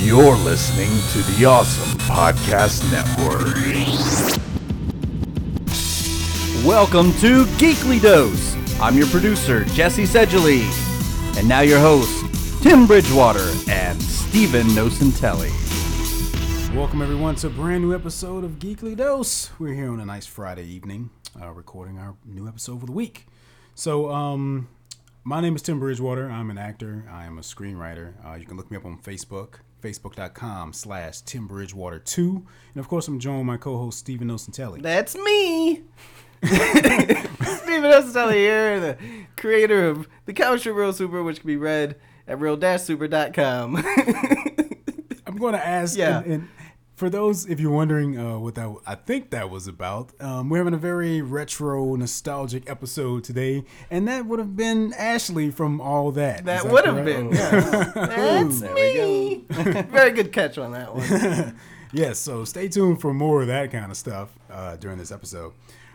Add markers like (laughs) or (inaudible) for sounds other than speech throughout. You're listening to the Awesome Podcast Network. Welcome to Geekly Dose. I'm your producer, Jesse Sedgley. And now your hosts, Tim Bridgewater and Stephen Nocentelli. Welcome everyone to a brand new episode of Geekly Dose. We're here on a nice Friday evening, uh, recording our new episode for the week. So, um, my name is Tim Bridgewater. I'm an actor. I am a screenwriter. Uh, you can look me up on Facebook, facebook.com slash Tim Bridgewater 2. And of course, I'm joined by my co-host Stephen Nocentelli. That's me. (laughs) Steven Ostelli here, the creator of the comic strip Real Super, which can be read at (laughs) real-super.com. I'm going to ask, Yeah. and, and for those if you're wondering uh, what that I think that was about, um, we're having a very retro, nostalgic episode today, and that would have been Ashley from All That. Is that would have correct? Oh. been. yeah. (laughs) That's me. Very good catch on that one. Yes, so stay tuned for more of that kind of stuff uh, during this episode.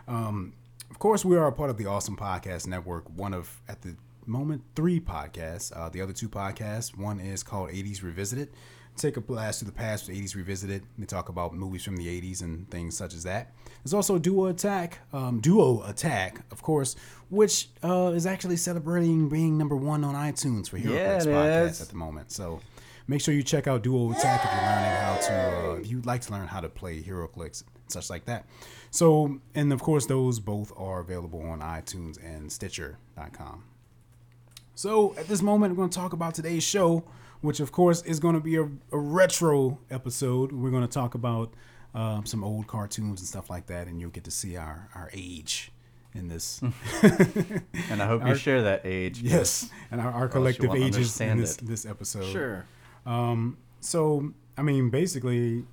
Um, of course, we are a part of the Awesome Podcast Network, one of, at the moment, three podcasts. Uh, the other two podcasts, one is called 80s Revisited. Take a blast to the past with 80s Revisited. They talk about movies from the 80s and things such as that. There's also Duo Attack, um, Duo Attack, of course, which uh, is actually celebrating being number one on iTunes for Hero Yeah, Clicks it Podcast is. at the moment. So make sure you check out Duo Attack if you're learning how to, uh, if you'd like to learn how to play HeroClix and such like that. So, and of course, those both are available on iTunes and Stitcher.com. So at this moment, we're going to talk about today's show, which of course is going to be a, a retro episode. We're going to talk about um, some old cartoons and stuff like that, and you'll get to see our our age in (laughs) this. And I hope you share that age. yes, and our, our collective won't ages in understand this, it. this episode. Sure. So I mean, basically,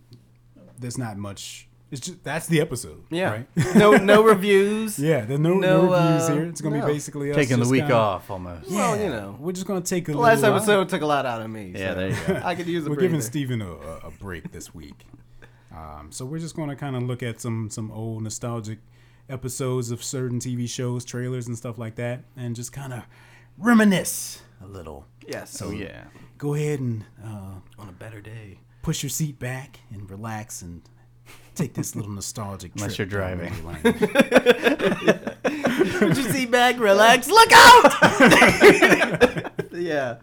there's not much. It's just that's the episode. Yeah. Right? (laughs) No no reviews. yeah. There's no, no, No, reviews uh, here. It's gonna no. be basically us Taking the just week kinda- off almost. Yeah, Well, you know. we're just gonna take a The last little- uh, episode took a lot out of me. Yeah, so there you go. I could use a We're break. giving Steven a, a, a break this week. Um, so we're just going to kind of look at some some old nostalgic episodes of certain TV shows, trailers, and stuff like that, and just kind of reminisce a little. Yes. So Oh, yeah. go ahead and uh, on a better day. push your seat back and relax and take this little nostalgic. Unless trip you're down driving. memory lane. Put your seat back, relax, (laughs) look out! (laughs) yeah.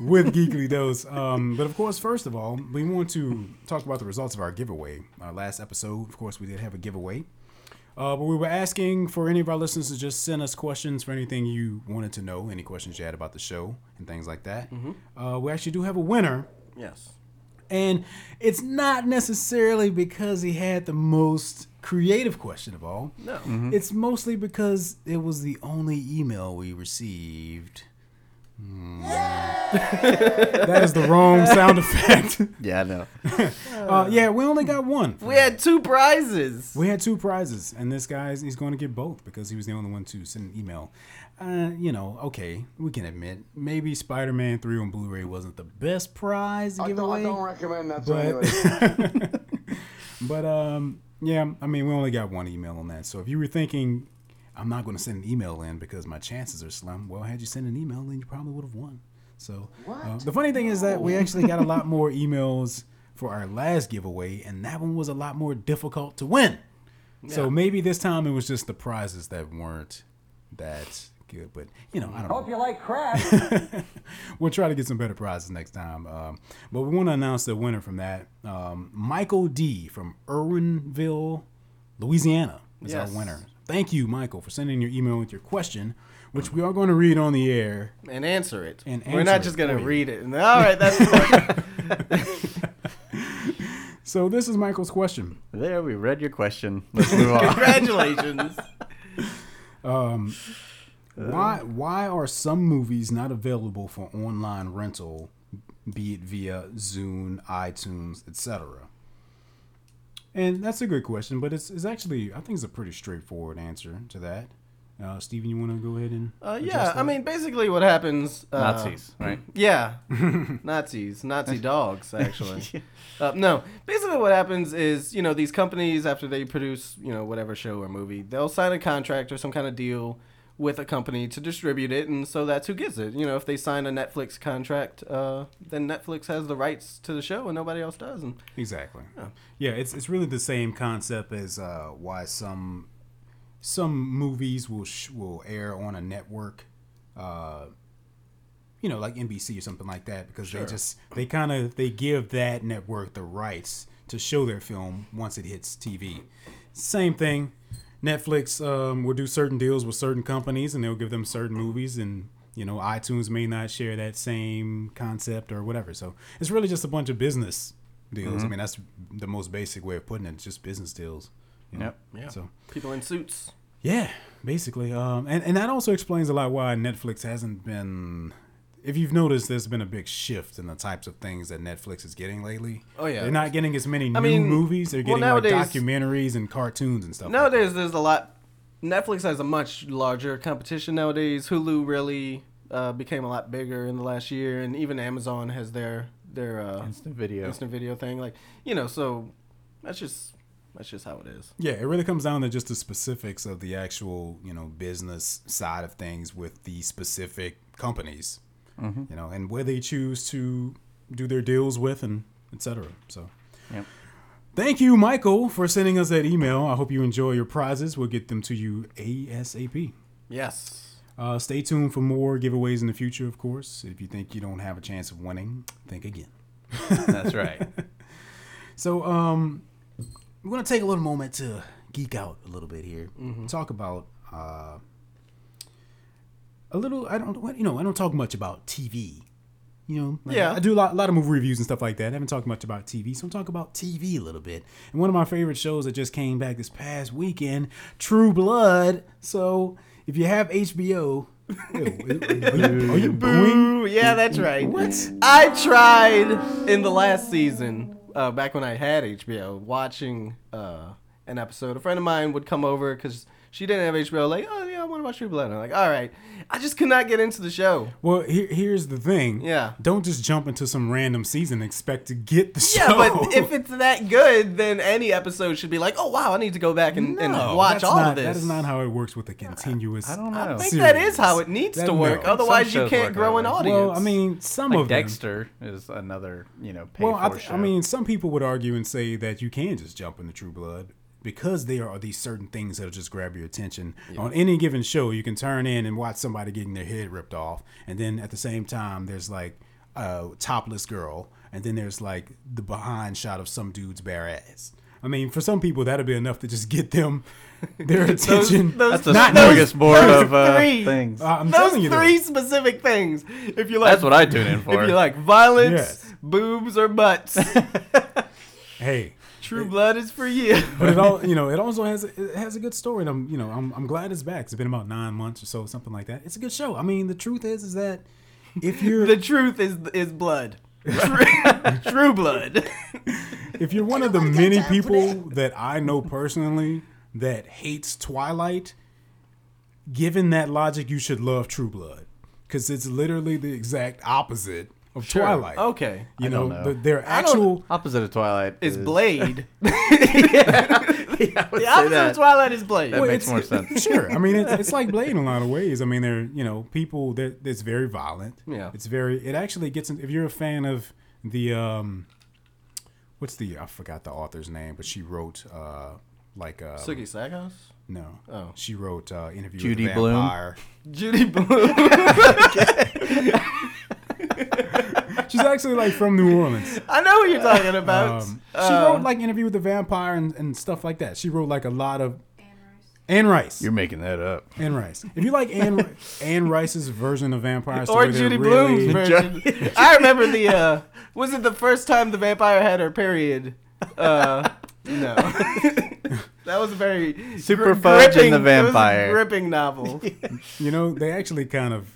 with Geekly Dose. Um, but of course, first of all, we want to talk about the results of our giveaway. Our last episode, of course, we did have a giveaway. Uh, but we were asking for any of our listeners to just send us questions for anything you wanted to know, any questions you had about the show and things like that. Mm-hmm. Uh, we actually do have a winner, Yes. and it's not necessarily because he had the most creative question of all. No. It's mostly because it was the only email we received. Hmm. (laughs) that is the wrong sound effect. Yeah, I know. (laughs) Uh, yeah, we only got one. We had two prizes. We had two prizes, and this guy's he's going to get both because he was the only one to send an email. Uh, you know, okay, we can admit maybe Spider-Man Three on Blu-ray wasn't the best prize to I give don't, away. I don't recommend that to anyone. but but um yeah i mean we only got one email on that so if you were thinking i'm not going to send an email in because my chances are slim well had you sent an email then you probably would have won so uh, the funny thing is that we actually got a lot more emails for our last giveaway and that one was a lot more difficult to win so maybe this time it was just the prizes that weren't that good but you know i don't know Hope you like crap. (laughs) we'll try to get some better prizes next time. Um, but we want to announce the winner from that. Um, Michael D from Irwinville, Louisiana is Yes. our winner. Thank you, Michael, for sending your email with your question, which we are going to read on the air. and answer it. And We're not answer just it gonna for you. read it. And, All right, (laughs) that's the So this is Michael's question. There, we read your question. Let's move (laughs) Uh, on. congratulations. Why why are some movies not available for online rental, be it via Zune, iTunes, etc.? And that's a good question, but it's, it's actually I think it's a pretty straightforward answer to that. Uh, Steven, you want to go ahead and Uh, yeah, address I that? mean, basically, what happens? Uh, Nazis, right? (laughs) Yeah, Nazis, Nazi dogs, actually. uh, no, basically, what happens is, you know, these companies after they produce, you know, whatever show or movie, they'll sign a contract or some kind of deal with a company to distribute it, and so that's who gets it. You know, if they sign a Netflix contract, uh, then Netflix has the rights to the show, and nobody else does. And Exactly. Yeah. Oh. it's it's really the same concept as uh, why some some movies will sh- will air on a network, uh, you know, like NBC or something like that, because they just they kind of they give that network the rights to show their film once it hits TV. Same thing. Netflix um, will do certain deals with certain companies, and they'll give them certain movies, and you know, iTunes may not share that same concept or whatever. So it's really just a bunch of business deals. I mean, that's the most basic way of putting it. It's just business deals. you know? Yep. Yeah. So people in suits. yeah, basically, um, and and that also explains a lot why Netflix hasn't been. If you've noticed, there's been a big shift in the types of things that Netflix is getting lately. Oh, yeah. they're not getting as many new mean, movies. They're well, getting nowadays- like documentaries and cartoons and stuff. like that. Nowadays, there's a lot. Netflix has a much larger competition nowadays. Hulu really uh, became a lot bigger in the last year, and even Amazon has their their uh, Instant video. instant video thing. Like you know, so that's just that's just how it is. Yeah, it really comes down to just the specifics of the actual, you know, business side of things with the specific companies, you know, and where they choose to do their deals with and etc. So, Yep. thank you, Michael, for sending us that email. I hope you enjoy your prizes. We'll get them to you ASAP. Yes. Uh, stay tuned for more giveaways in the future, of course. If you think you don't have a chance of winning, think again. That's right. So, um, we're gonna take a little moment to geek out a little bit here. Talk about uh, a little. I don't. what- You know, I don't talk much about TV. You know, like, Yeah. I do a lot, lot of movie reviews and stuff like that. I haven't talked much about TV, so I'm talking about TV a little bit. And one of my favorite shows that just came back this past weekend, True Blood. So if you have HBO, ew, are you, are you booing? Ooh, yeah, that's right. What? I tried in the last season, uh, back when I had HBO, watching uh, an episode. A friend of mine would come over because she didn't have HBO. Like, oh yeah, I want to watch True Blood. I'm like, all right. I just could not get into the show. Well, here, here's the thing. Yeah. Don't just jump into some random season and expect to get the show. (laughs) Yeah, but if it's that good, then any episode should be like, oh wow, I need to go back and, and No, watch that's all not- of this. That is not how it works with a continuous. I don't know. I how think series. that is how it needs That- to work. no. Otherwise, Some you shows can't work grow that an way. audience. (laughs) Well, I mean, some Like of them. Dexter is another, you know, pay Well, I, for th- show. I mean, some people would argue and say that you can just jump into True Blood because there are these certain things that'll just grab your attention. On any given show, you can turn in and watch somebody getting their head ripped off, and then at the same time, there's like a topless girl, and then there's like the behind shot of some dude's bare ass. I mean, for some people, that'll be enough to just get them their attention. (laughs) those- that's a Not- smorgasbord those of uh, three. things. Uh, I'm those telling you, though. three specific things. If you like, that's what I tune in for. (laughs) If you like violence, Yes. boobs, (laughs) or butts, Hey, True Blood is for you. (laughs) but it all you know it also has it has a good story and i'm you know I'm, I'm glad it's back it's been about nine months or so something like that it's a good show i mean the truth is is that if you're The truth is is blood. True, (laughs) (laughs) true Blood. if you're one of the many people that i know personally that hates twilight given that logic you should love true blood because it's literally the exact opposite of twilight Okay. you know, don't know. The, their I don't- actual Opposite of Twilight Is is (laughs) (laughs) Blade. Yeah, I would The say opposite that. of Twilight is Blade. That Well, makes more it's- (laughs) sense. sure. I mean, it's, it's like Blade in a lot of ways. I mean, they're you know people that it's very violent. Yeah. it's very. It actually gets in- if you're a fan of the um, what's the I forgot the author's name, but she wrote uh like uh Suki Sackhouse? no Oh. she wrote uh interview Judy with the Blume? vampire. Judy Bloom. She's actually like from New (laughs) Orleans. (laughs) I know what you're talking about. Um, she Uh, wrote like interview with the vampire and, and stuff like that. She wrote like a lot of Anne Rice. You're making that up. Anne Rice. If you like Anne, Anne Rice's version of vampire story, or they're Judy really, Bloom's version. (laughs) I remember the uh was it the first time the vampire had her period? (laughs) Uh no. that was a very Super gri- Fudge and gripping- the it was a Vampire. gripping novel. (laughs) You know, they actually kind of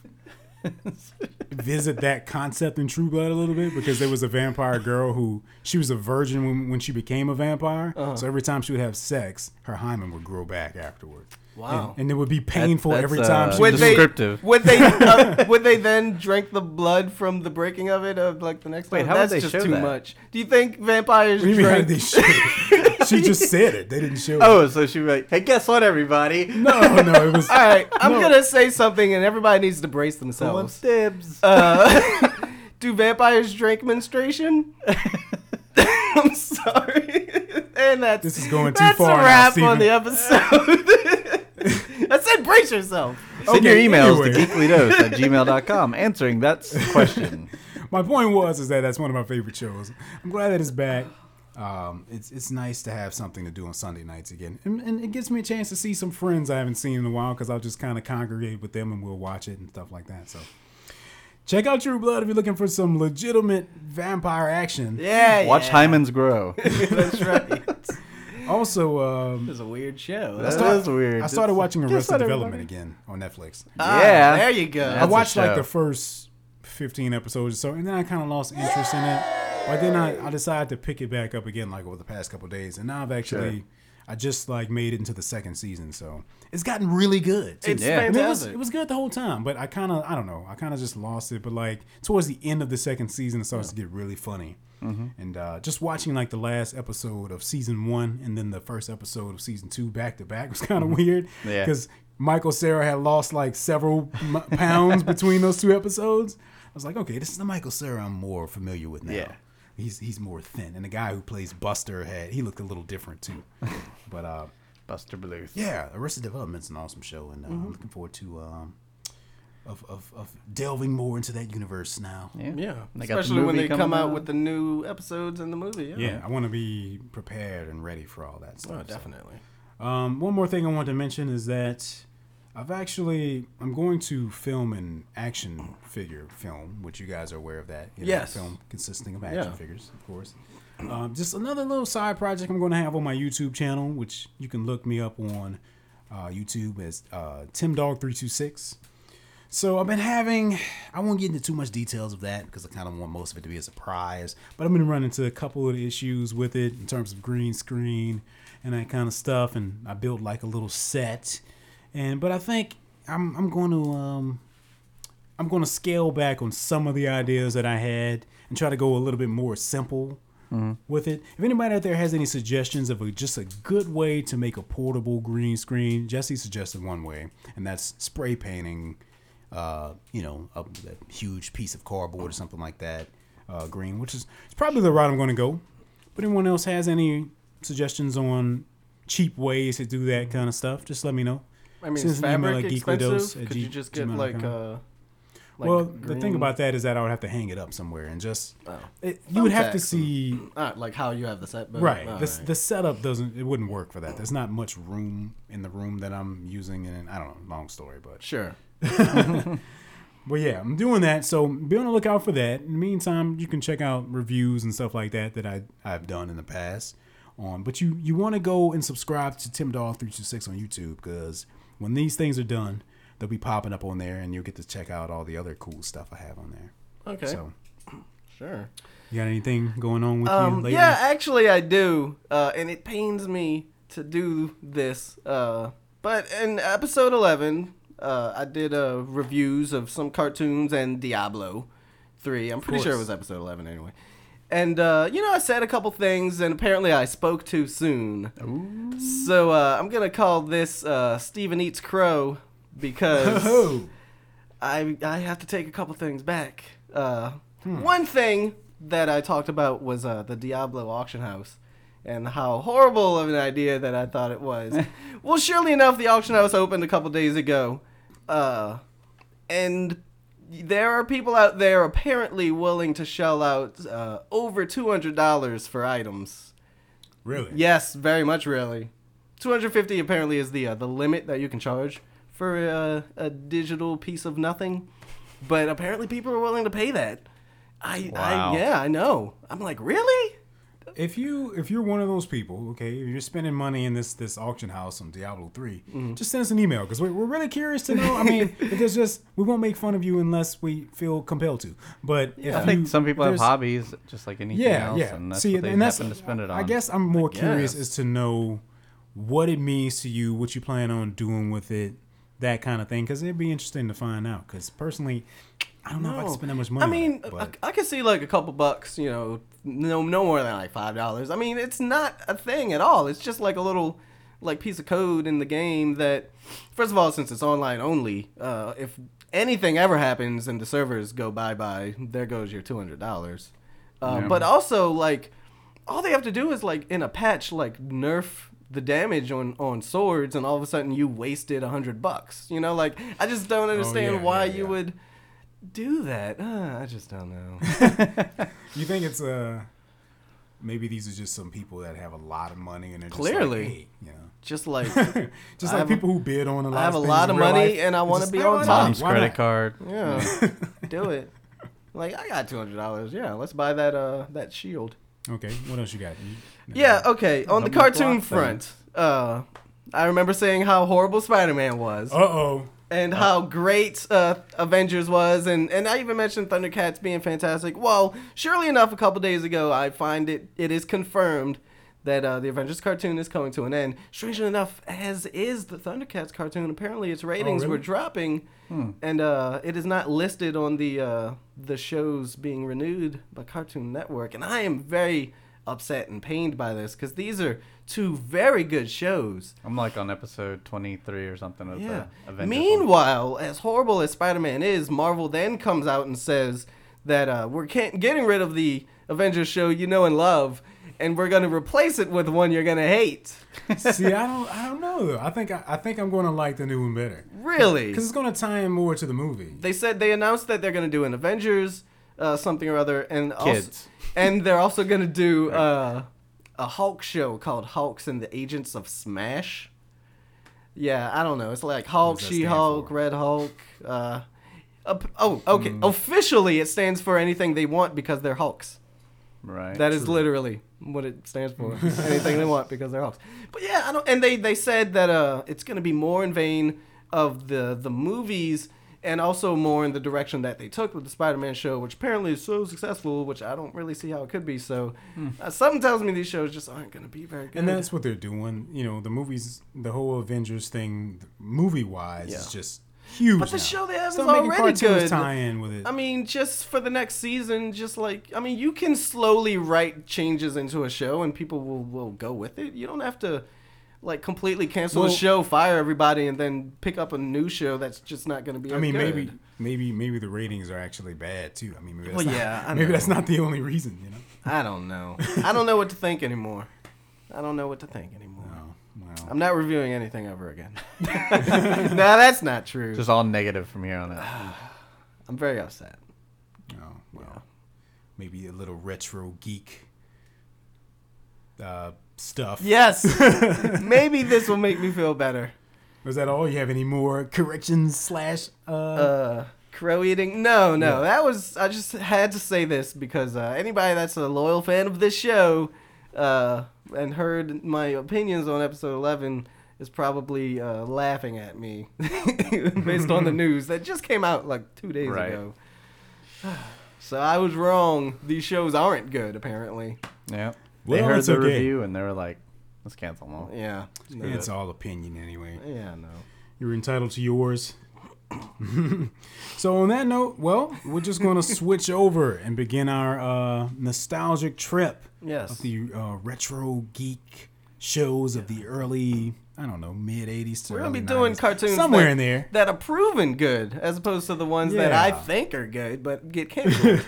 visit that concept in True Blood a little bit because there was a vampire girl who she was a virgin when, when she became a vampire. So every time she would have sex, her hymen would grow back afterward. Wow. And, and it would be painful that's, every uh, time she Would Would was they, (laughs) Descriptive. would (laughs) they uh, would they then drink the blood from the breaking of it of like the next Wait, one? how would That's they just show too that? much. Do you think vampires What do you mean how drink did they show it? she just said it. They didn't show it. Oh, so she was like, hey, guess what, everybody? No, no, it was All right, I'm No. gonna say something, and everybody needs to brace themselves. dibs. Uh, (laughs) do vampires drink menstruation? (laughs) I'm sorry, and that's This is going too that's far a now, wrap Steven. on the episode. (laughs) I said brace yourself. Send your Okay, emails anyway. to geeklydos at gmail.com answering that question. my point was is that that's one of my favorite shows. I'm glad that it's back. Um, it's it's nice to have something to do on Sunday nights again, and, and it gives me a chance to see some friends I haven't seen in a while because I'll just kind of congregate with them and we'll watch it and stuff like that. So check out True Blood if you're looking for some legitimate vampire action. Yeah, Watch yeah. Hyman's grow. That's (laughs) right. It Also, um, was a weird show. That start- is weird. I started watching guess Arrested what, Development everybody? again on Netflix. Ah, Yeah. there you go. Yeah. I That's a watched like show. the first 15 episodes or so, and then I kind of lost interest in it. But then I, I decided to pick it back up again, like over the past couple days, and now I've actually, Sure. I just like made it into the second season, so it's gotten really good. It's Yeah. I I mean, it was fantastic. it was good the whole time, but I kind of I don't know, I kind of just lost it. But like towards the end of the second season, it starts to get really funny. Mm-hmm. And uh, just watching like the last episode of season one and then the first episode of season two back to back was kind of weird Mm-hmm. Yeah. because Michael Sarah had lost like several m- (laughs) pounds between those two episodes. I was like, okay, this is the Michael Sarah I'm more familiar with now. Yeah. He's he's more thin, and the guy who plays Buster had he looked a little different (laughs) too. but uh, Buster Bluth. yeah, Arrested Development's an awesome show, and uh, Mm-hmm. I'm looking forward to um, of, of of delving more into that universe now. Yeah, They got the especially when movie they come coming out out. with the new episodes in the movie. Yeah, Yeah, I want to be prepared and ready for all that stuff. Oh, so. definitely. Um, one more thing I want to mention is that I've actually I'm going to film an action figure film, which you guys are aware of that. You know, Yes. film Um, consisting of action Yeah. figures, of course. Um, just another little side project I'm going to have on my YouTube channel, which you can look me up on uh, YouTube as uh, TimDog326. So I've been having, I won't get into too much details of that because I kind of want most of it to be a surprise. But I've been running into a couple of issues with it in terms of green screen and that kind of stuff. And I built like a little set, and but I think I'm I'm going to um, I'm going to scale back on some of the ideas that I had and try to go a little bit more simple with it. If anybody out there has any suggestions of a, just a good way to make a portable green screen, Jesse suggested one way, and that's spray painting, uh, you know, a, a huge piece of cardboard or something like that, uh, green, which is it's probably the route I'm going to go. But anyone else has any suggestions on cheap ways to do that kind of stuff? Just let me know. I mean, Send is us an email fabric at geeklydose expensive? at Could g- you just get gmail.com. like uh, like well, the thing green- about that is that I would have to hang it up somewhere and just Oh. it, you would have to Thumbtacks. see Not like how you have the set, but right. all the, the setup doesn't it wouldn't work for that. There's not much room in the room that I'm using, and I don't know. Long story, but sure. but yeah, I'm doing that. So be on the lookout for that. In the meantime, you can check out reviews and stuff like that that I I've done in the past. On, but you you want to go and subscribe to Tim Dog three two six on YouTube because when these things are done, they'll be popping up on there, and you'll get to check out all the other cool stuff I have on there. Okay, So sure. you got anything going on with you Um, lately? yeah, actually, I do, uh, and it pains me to do this. Uh, but in episode eleven, uh, I did uh, reviews of some cartoons and Diablo three. I'm pretty sure it course. was episode eleven anyway. And uh, you know, I said a couple things, and apparently, I spoke too soon. So uh, I'm gonna call this uh, Steven Eats Crow because. (laughs) Oh, I I have to take a couple things back. Uh, One thing that I talked about was uh, the Diablo auction house and how horrible of an idea that I thought it was. well, surely enough, the auction house opened a couple days ago, uh, and there are people out there apparently willing to shell out uh, over two hundred dollars for items. really? Yes, very much really. 250 apparently is the uh, the limit that you can charge for uh, a digital piece of nothing, but apparently people are willing to pay that. I, Wow. I yeah, I know. I'm like, really? If you if you're one of those people, okay, if you're spending money in this this auction house on Diablo 3 Mm-hmm. just send us an email because we're, we're really curious to know. I mean, (laughs) if there's just we won't make fun of you unless we feel compelled to. But if I think you- some people have there's- hobbies just like anything Yeah, else, yeah. and that's See, what they and that's happen to spend it on. I guess I'm more curious guess. as to know what it means to you, what you plan on doing with it, that kind of thing. Because it'd be interesting to find out. Because personally, I don't know if I No. could spend that much money. I mean, on it, I, but- I could see like a couple bucks, you know, no no more than like five dollars. I mean, it's not a thing at all. It's just like a little like piece of code in the game that, first of all, since it's online only, uh, if anything ever happens and the servers go bye bye, there goes your two hundred dollars. Uh, But also like, all they have to do is like in a patch like nerf the damage on on swords and all of a sudden you wasted a hundred bucks you know like i just don't understand Oh, yeah, why yeah, you yeah. would do that? Uh, I just don't know. you think it's uh maybe these are just some people that have a lot of money and they're just Clearly. like, hey, you know. (laughs) (laughs) just like just like I have- people who bid on a lot. I have a of things lot in of real money life. and I It's wanna just, be "Hey, on why top." not? Mom's Why credit not?" card. (laughs) yeah, do it. Like I got two hundred dollars. Yeah, let's buy that uh that shield. Okay, what else you got? You- Yeah, okay. On the Double block thing. cartoon front, uh, I remember saying how horrible Spider Man was. Uh oh. and how great uh, Avengers was, and, and I even mentioned Thundercats being fantastic. Well, surely enough, a couple days ago, I find it it is confirmed that uh, the Avengers cartoon is coming to an end. Strangely enough, as is the Thundercats cartoon, apparently its ratings really? were dropping, and uh, it is not listed on the uh, the shows being renewed by Cartoon Network, and I am very upset and pained by this because these are two very good shows. I'm like on episode 23 or something of Yeah. the Avengers. one. Meanwhile, as horrible as Spider-Man is, Marvel then comes out and says that uh, we're can't, getting rid of the Avengers show you know and love, and we're going to replace it with one you're going to hate. See, I don't, I don't know. though. I think, I, I think I'm gonna like the new one better (laughs) Really? because it's gonna tie in more to the movie. They said they announced that they're going to do an Avengers uh, something or other, and Kids. also, and they're also going to do uh, a Hulk show called Hulks and the Agents of Smash. Yeah, I don't know. It's like Hulk, does that She Hulk, stand for? Hmm. Red Hulk. Uh, up- oh, okay. Officially, it stands for anything they want because they're Hulks. Right. That is literally what it stands for. Anything they want because they're hawks. But yeah, I don't. And they they said that uh, it's going to be more in vain of the the movies and also more in the direction that they took with the Spider-Man show, which apparently is so successful, which I don't really see how it could be. So uh, something tells me these shows just aren't going to be very good. And that's what they're doing. You know, the movies, the whole Avengers thing, movie wise, is Yeah. just huge. But the now. show they have Stop is making already cartoons good. Tie in with it. I mean, just for the next season, just like I mean, you can slowly write changes into a show, and people will will go with it. You don't have to like completely cancel Well- a show, fire everybody, and then pick up a new show that's just not going to be. I as mean, good. maybe, maybe, maybe the ratings are actually bad too. I mean, maybe that's Well, not, yeah, I maybe know. that's not the only reason. You know. I don't know. I don't know what to think anymore. I don't know what to think anymore. Oh, wow. I'm not reviewing anything ever again. (laughs) no, that's not true. Just all negative from here on out. I'm very upset. Oh, well. Maybe a little retro geek uh, stuff. (laughs) Yes, maybe this will make me feel better. Was that all? You have any more corrections slash? Uh, uh crow eating no no that was i just had to say this because uh, anybody that's a loyal fan of this show uh and heard my opinions on episode 11 is probably uh, laughing at me (laughs) based on the news that just came out like two days Right. ago (sighs) so i was wrong these shows aren't good apparently (sighs) Yeah. Well, they heard it's the okay. review and they were like, let's cancel them all. yeah it's all opinion anyway. yeah no You're entitled to yours. (laughs) so on that note, well, we're just going to (laughs) switch over and begin our uh, nostalgic trip yes of the uh, retro geek shows of the early, I don't know, mid '80s to We're gonna be early doing 90s. cartoons somewhere that, in there. that are proven good, as opposed to the ones that I Yeah. think are good but get canceled.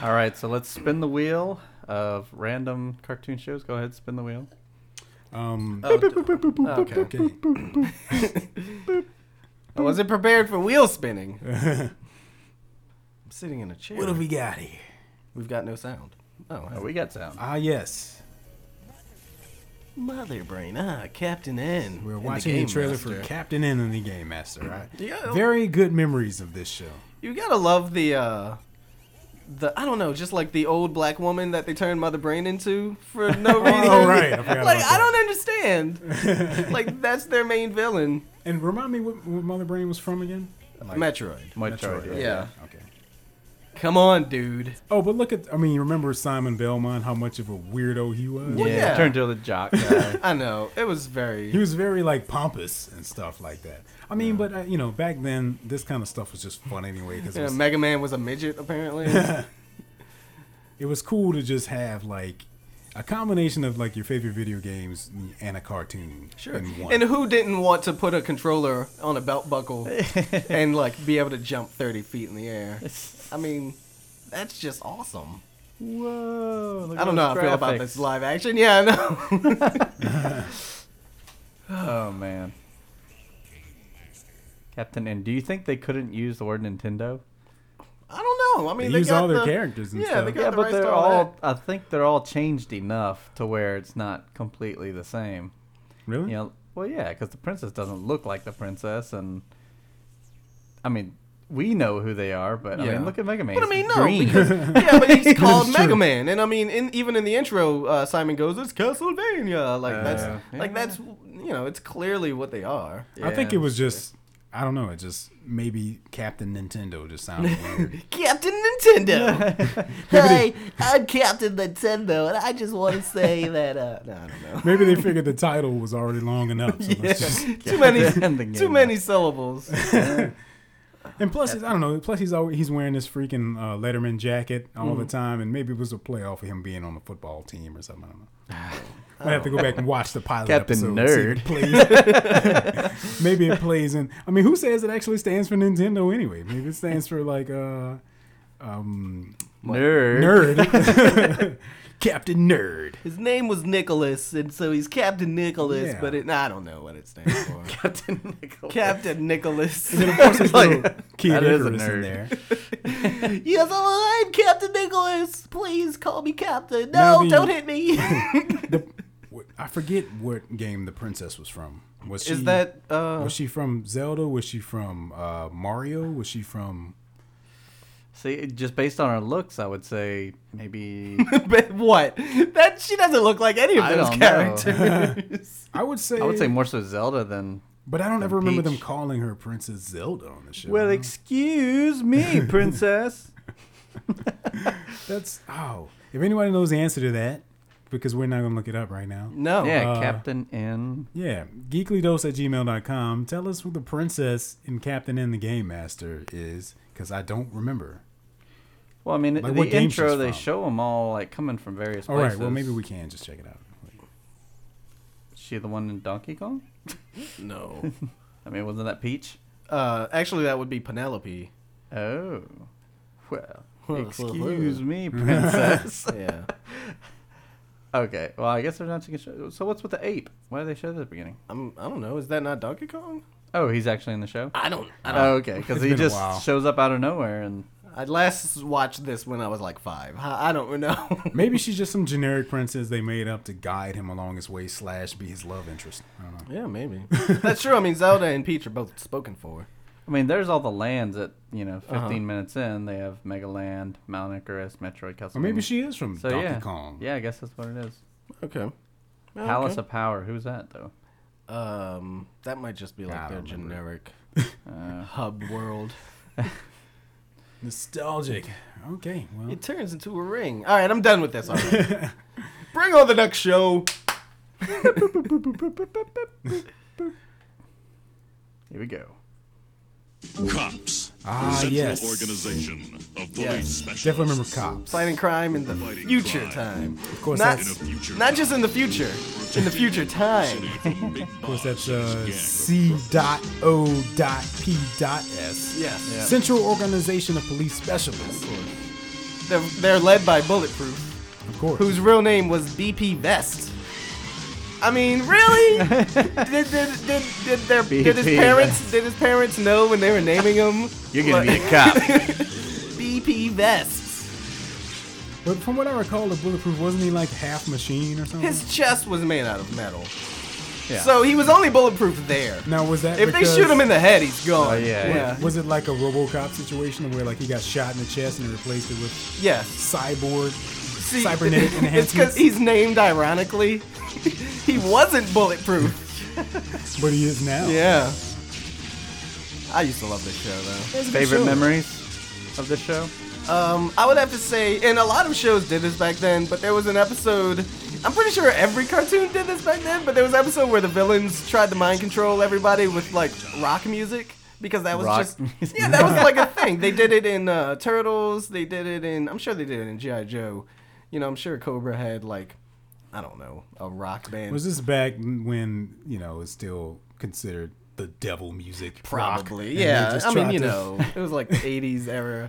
All right, so let's spin the wheel of random cartoon shows. Go ahead, spin the wheel. Um, oh, d- okay. (laughs) okay. I wasn't prepared for wheel spinning. I'm sitting in a chair. (laughs) What have we got here? We've got no sound. Oh, Oh, we got sound. Ah, yes. Mother Brain. Ah, Captain N. We're and the watching the Game trailer for Master. Captain N and the Game Master. Right? Yeah. Very good memories of this show. You gotta love the uh the I don't know, just like the old black woman that they turned Mother Brain into (laughs) for no reason. Oh, right. I forgot like about I don't (laughs) understand. like that's their main villain, And remind me what, what Mother Brain was from again? Metroid. Metroid. Yeah. Okay. come on, dude. Oh, but look at I mean, you remember Simon Belmont, how much of a weirdo he was? Yeah, yeah. turned to the jock (laughs) guy. I know it was He very. was very like pompous and stuff like that. I mean, but uh, you know, back then this kind of stuff was just fun anyway because Yeah, it, was- Mega Man was a midget apparently. (laughs) it was cool to just have like a combination of like your favorite video games and a cartoon. Sure. in one. And who didn't want to put a controller on a (laughs) belt buckle and like be able to jump 30 feet in the air? I mean, that's just awesome. Whoa! look I at don't know how those I feel about graphics. this live action. Yeah, I know. (laughs) Oh man, Captain. And do you think they couldn't use the word Nintendo? I don't know. I mean, They they use got all their the- characters and yeah, stuff. They got Yeah, the but rights to they're all. all. I think they're all changed enough to where it's not completely the same. really? You know, well, yeah, because the princess doesn't look like the princess, and I mean, we know who they are, but I Yeah. mean, look at Mega Man. But I He's mean, no, green. (laughs) because, yeah, but he's called It's true. Mega Man, and I mean, in, even in the intro, uh, Simon goes, "It's Castlevania," like that's Uh, Yeah. like that's you know, it's clearly what they are. I think Yeah. it was just I don't know. It just maybe Captain Nintendo just sounded weird. Captain (laughs) Nintendo. Hi, I'm Captain Nintendo, and I just want to say that. Uh, no, I don't know. maybe they figured the title was already long enough. (laughs) So let's just, (laughs) (laughs) too many, And the too game. many syllables. and plus, it's- I don't know. Plus, he's always, he's wearing this freaking uh, Letterman jacket all Mm-hmm. the time, and maybe it was a play off of him being on the football team or something. I (sighs) don't know. I have to go back and watch the pilot Captain episode. and see if it plays. (laughs) maybe it plays in. I mean, who says it actually stands for Nintendo anyway? Maybe it stands for like uh, um, nerd. (laughs) nerd, Captain Nerd. His name was Nicholas, and so he's Captain Nicholas. Yeah. But it, I don't know what it stands for. Captain Nicholas. (laughs) Captain (laughs) Nicholas. Like, Kid Oh, That is a Icarus nerd. in there. (laughs) Yes, I'm alive, Captain Nicholas. Please call me Captain. Now No, the- don't hit me. The, what- I forget what game the princess was from. Was she, Is that uh, was she from Zelda? Was she from uh, Mario? Was she from? See, just based on her looks, I would say maybe. (laughs) but what? That she doesn't look like any of I those don't know. characters. I would say. I would say more so Zelda than. but I don't ever remember them Peach. calling her Princess Zelda on the show. Well, excuse (laughs) me, princess. that's oh. If anybody knows the answer to that, because we're not gonna look it up right now. (laughs) no. yeah, Uh, Captain N. Yeah, geeklydose at gmail.com. Tell us who the princess and Captain and the Game Master is, because I don't remember. Well, I mean, Like, the what game intro she's they from. show them all like coming from various All right, places. well maybe we can just check it out. Is she the one in Donkey Kong. No. I mean, wasn't that Peach? Uh, actually, that would be Penelope. (laughs) Oh, (laughs) well. Well, Excuse me, princess. (laughs) Yeah. okay, well, I guess they're not going to show. So, what's with the ape? Why did they show that at the beginning? I'm, I don't know. Is that not Donkey Kong? Oh, he's actually in the show? I don't. I Oh, okay, because (laughs) It's he been a just while. shows up out of nowhere and. I last watched this when I was like five. I, I don't know. Maybe she's just some generic princess they made up to guide him along his way slash be his love interest. I don't know. (laughs) yeah, maybe. (laughs) That's true. I mean, Zelda and Peach are both spoken for. I mean, there's all the lands that, you know, Uh-huh. 15 minutes in, they have Mega Land, Mount Icarus, Metroid, Castlevania. Or maybe she is from so, Donkey yeah. Kong. Yeah, I guess that's what it is. Oh, Okay. Palace of Power. Who's that, though? Um, that might just be like I their don't generic (laughs) hub world. Nostalgic. Okay, well. It turns into a ring. All right, I'm done with this already. (laughs) Bring on the next show. Here we go. Cops. Ah, Central yes. Organization of Police Yes. Specialists. Definitely remember cops. Fighting crime in the Fighting future crime. time. Of course, Not, that's, of future not just in the future, in the future time. of course (laughs) that's uh, C dot O dot P dot S. Yes. Central Organization of Police Specialists. They're, they're led by Bulletproof, Of course. whose real name was BP Vest. I mean, (laughs) really? did, did, did, did, their, did his BP parents did his parents know when they were naming him? (laughs) You're going to be a cop. BP Vest. But from what I recall, the bulletproof wasn't he like half machine or something? His chest was made out of metal, Yeah. so he was only bulletproof there. now was that If because- they shoot him in the head, he's gone. Oh, yeah, (laughs) yeah. Was it like a RoboCop situation where like he got shot in the chest and they replaced it with Yes. cyborg See, cybernetic (laughs) It's because enhancements? he's named ironically. (laughs) he wasn't bulletproof. (laughs) But he is now. Yeah. I used to love this show though. That's a good Favorite show. memories of this show? Um, I would have to say, and a lot of shows did this back then, but there was an episode. I'm pretty sure every cartoon did this back then, but there was an episode where the villains tried to mind control everybody with like rock music because that was Rock (laughs) just music. yeah, that was like a thing. They did it in uh, Turtles. They did it in I'm sure they did it in GI Joe. You know, I'm sure Cobra had like I don't know a rock band. Was this back when you know it's still considered the devil music? rock, Probably. and they yeah. just I mean, tried you to- know, it was like the 80s era.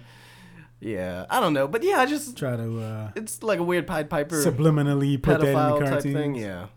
Yeah. I don't know. But yeah, I just. try to uh, It's like a weird Pied Piper subliminally put that in pedophile the type cartoons. thing. Yeah.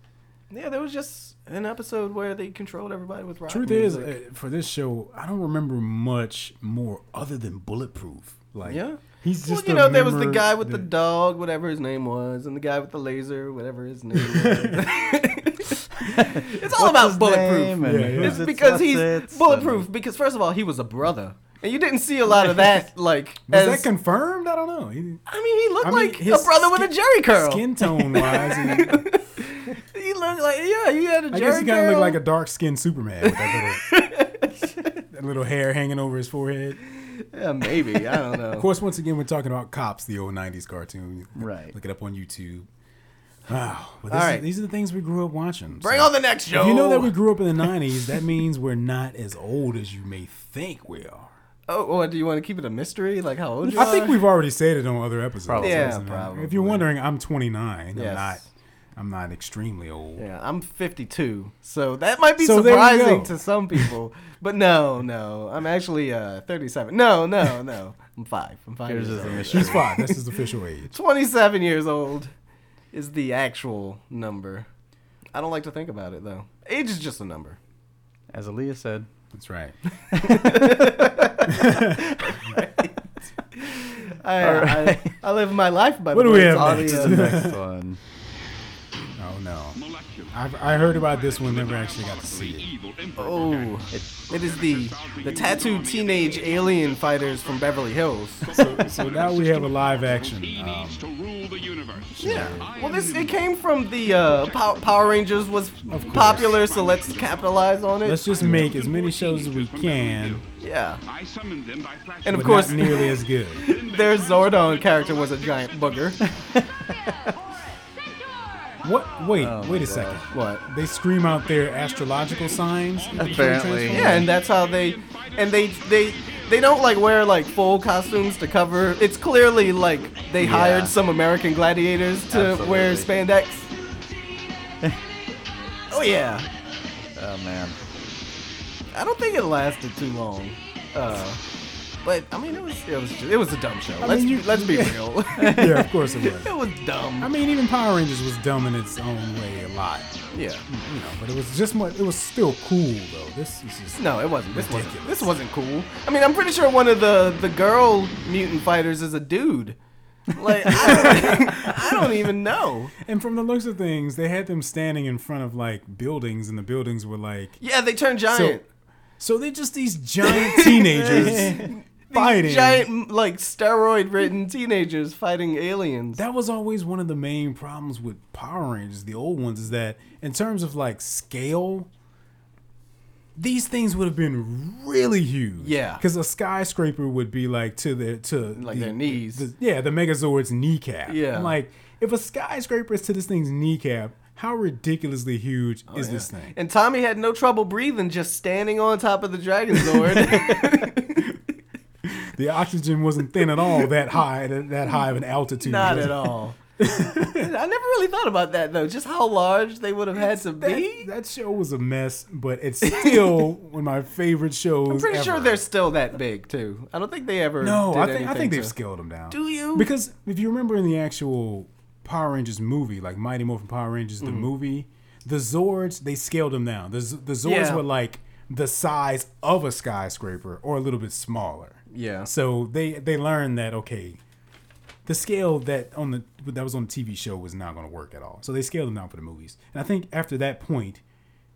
Yeah, there was just an episode where they controlled everybody with rock. Truth is, music. uh, for this show, I don't remember much more other than Bulletproof. Like, yeah. he's well, just you a know, there was the member guy with the that- dog, whatever his name was, and the guy with the laser, whatever (laughs) his name was. it's all about bulletproof. Yeah, yeah. It's because he's bulletproof. Because first of all, he was a brother, and you didn't see a lot (laughs) of that. Like, Was as- that confirmed? I don't know. He- I mean, he looked I mean, like his a brother with a jerry curl. Skin tone (laughs) wise, he- He looked like yeah, he had a I jerry guess he kind curl. of looked like a dark skinned Superman with that (laughs) little, that little hair hanging over his forehead. yeah, maybe I (laughs) don't Of know. course, once again, we're talking about Cops, the old 90s cartoon. Right. Look it up on (sighs) YouTube. Wow. But this All is- right. these are the things we grew up watching. Bring so- on the next show. If you know that we grew up in the 90s, that means we're not as old as you may think we are. oh, well, do you want to keep it a mystery? Like how old you I think are? we've already said it on other episodes. Probably. Yeah, Listen, probably. If you're wondering, I'm 29. I'm Yes. not. I'm not extremely old. Yeah, I'm 52, so that might be So there you surprising go. to some people. But no, no, I'm actually uh 37. No, no, no, I'm five. I'm five Here's years his old. initial. She's five. That's his official age. 27 years old is the actual number. I don't like to think about it though. Age is just (laughs) a number. (laughs) As Aaliyah said, That's right. I, I, I live my life by What the do we words have of next? the, (laughs) uh, the next one. Oh no. Molecular. I, I heard about this one. Never actually got to see it. Evil Emperor Oh, it is the the tattooed teenage alien fighters from Beverly Hills. So, so now we have a live action. He Um, needs to rule the universe. I Well, am this it Nimrod. came from the uh, Pow- Power Rangers was course. popular, so let's capitalize on it. let's just make as many shows as we can, yeah, I summoned them by flash. And of but course- not nearly as good. (laughs) their Zordon character was a giant booger. What? Wait, wait a second. Oh what? They scream out their astrological signs. (laughs) Apparently. Yeah, and that's how they and they they they don't like wear like full costumes to cover. It's clearly like they hired some American gladiators to wear Absolutely. spandex. oh yeah. Oh man. I don't think it lasted too long. Uh, but I mean, it was it was ju- it was a dumb show. let's mean, you- let's (laughs) be real. (laughs) yeah, of course it was. it was dumb. I mean, even Power Rangers was dumb in its own way a lot, yeah. you know. But it was just much. It was still cool though. This is just No, it wasn't. This wasn't. Ridiculous. This wasn't cool. I mean, I'm pretty sure one of the the girl mutant fighters is a dude. Like (laughs) I don't, I don't even know. And from the looks of things, they had them standing in front of like buildings, and the buildings were like. Yeah, they turned giant. So they're just these (laughs) giant teenagers fighting. Giant, m- like steroid-ridden teenagers fighting aliens. that was always one of the main problems with Power Rangers, the old ones, is that in terms of like scale, these things would have been really huge. Yeah. because a skyscraper would be like to their to Like their knees. the- yeah, the Megazord's kneecap. Yeah. I'm like if a skyscraper is to this thing's kneecap, how ridiculously huge Oh, is this thing? and Tommy had no trouble breathing, just standing on top of (laughs) the Dragon Zord. The oxygen wasn't thin at all that high that, that high of an altitude. Not was at it? all. (laughs) I never really thought about that though. Just how large they would have had to That, be. that show was a mess, but it's (laughs) still one of my favorite shows. I'm pretty sure ever. they're still that big too. I don't think they ever. No, did I think I anything think they've to- scaled them down. Do you? Because if you remember in the actual Power Rangers movie, like Mighty Morphin Power Rangers Mm. the movie, the Zords they scaled them down. The Z- the Zords Yeah. were like the size of a skyscraper or a little bit smaller. Yeah. So they they learned that okay, the scale that on the that was on the TV show was not going to work at all. So they scaled them down for the movies, and I think after that point,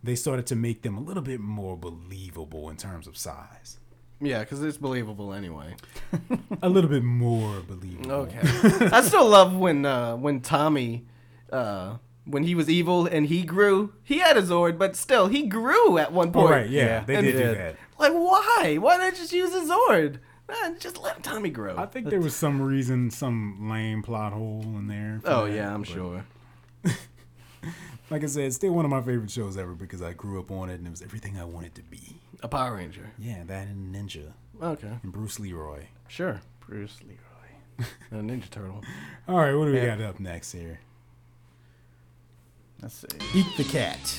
they started to make them a little bit more believable in terms of size. Yeah, because it's believable anyway. A little bit more believable. Okay. I (laughs) still love when uh, when Tommy, uh, when he was evil and he grew. He had a Zord, but still he grew at one All point. right, Oh, yeah, they And- did do that. Like why? Why not just use a Zord? Nah, just let Tommy grow. I think there was some reason, some lame plot hole in there. for oh that, yeah, I'm but- sure. Like I said, it's still one of my favorite shows ever because I grew up on it and it was everything I wanted to be. A Power Ranger. Yeah, that and Ninja Okay, and Bruce Leroy. sure. Bruce Leroy, a Ninja Turtle. All right, what do we got up next here? Let's see. Eat the cat.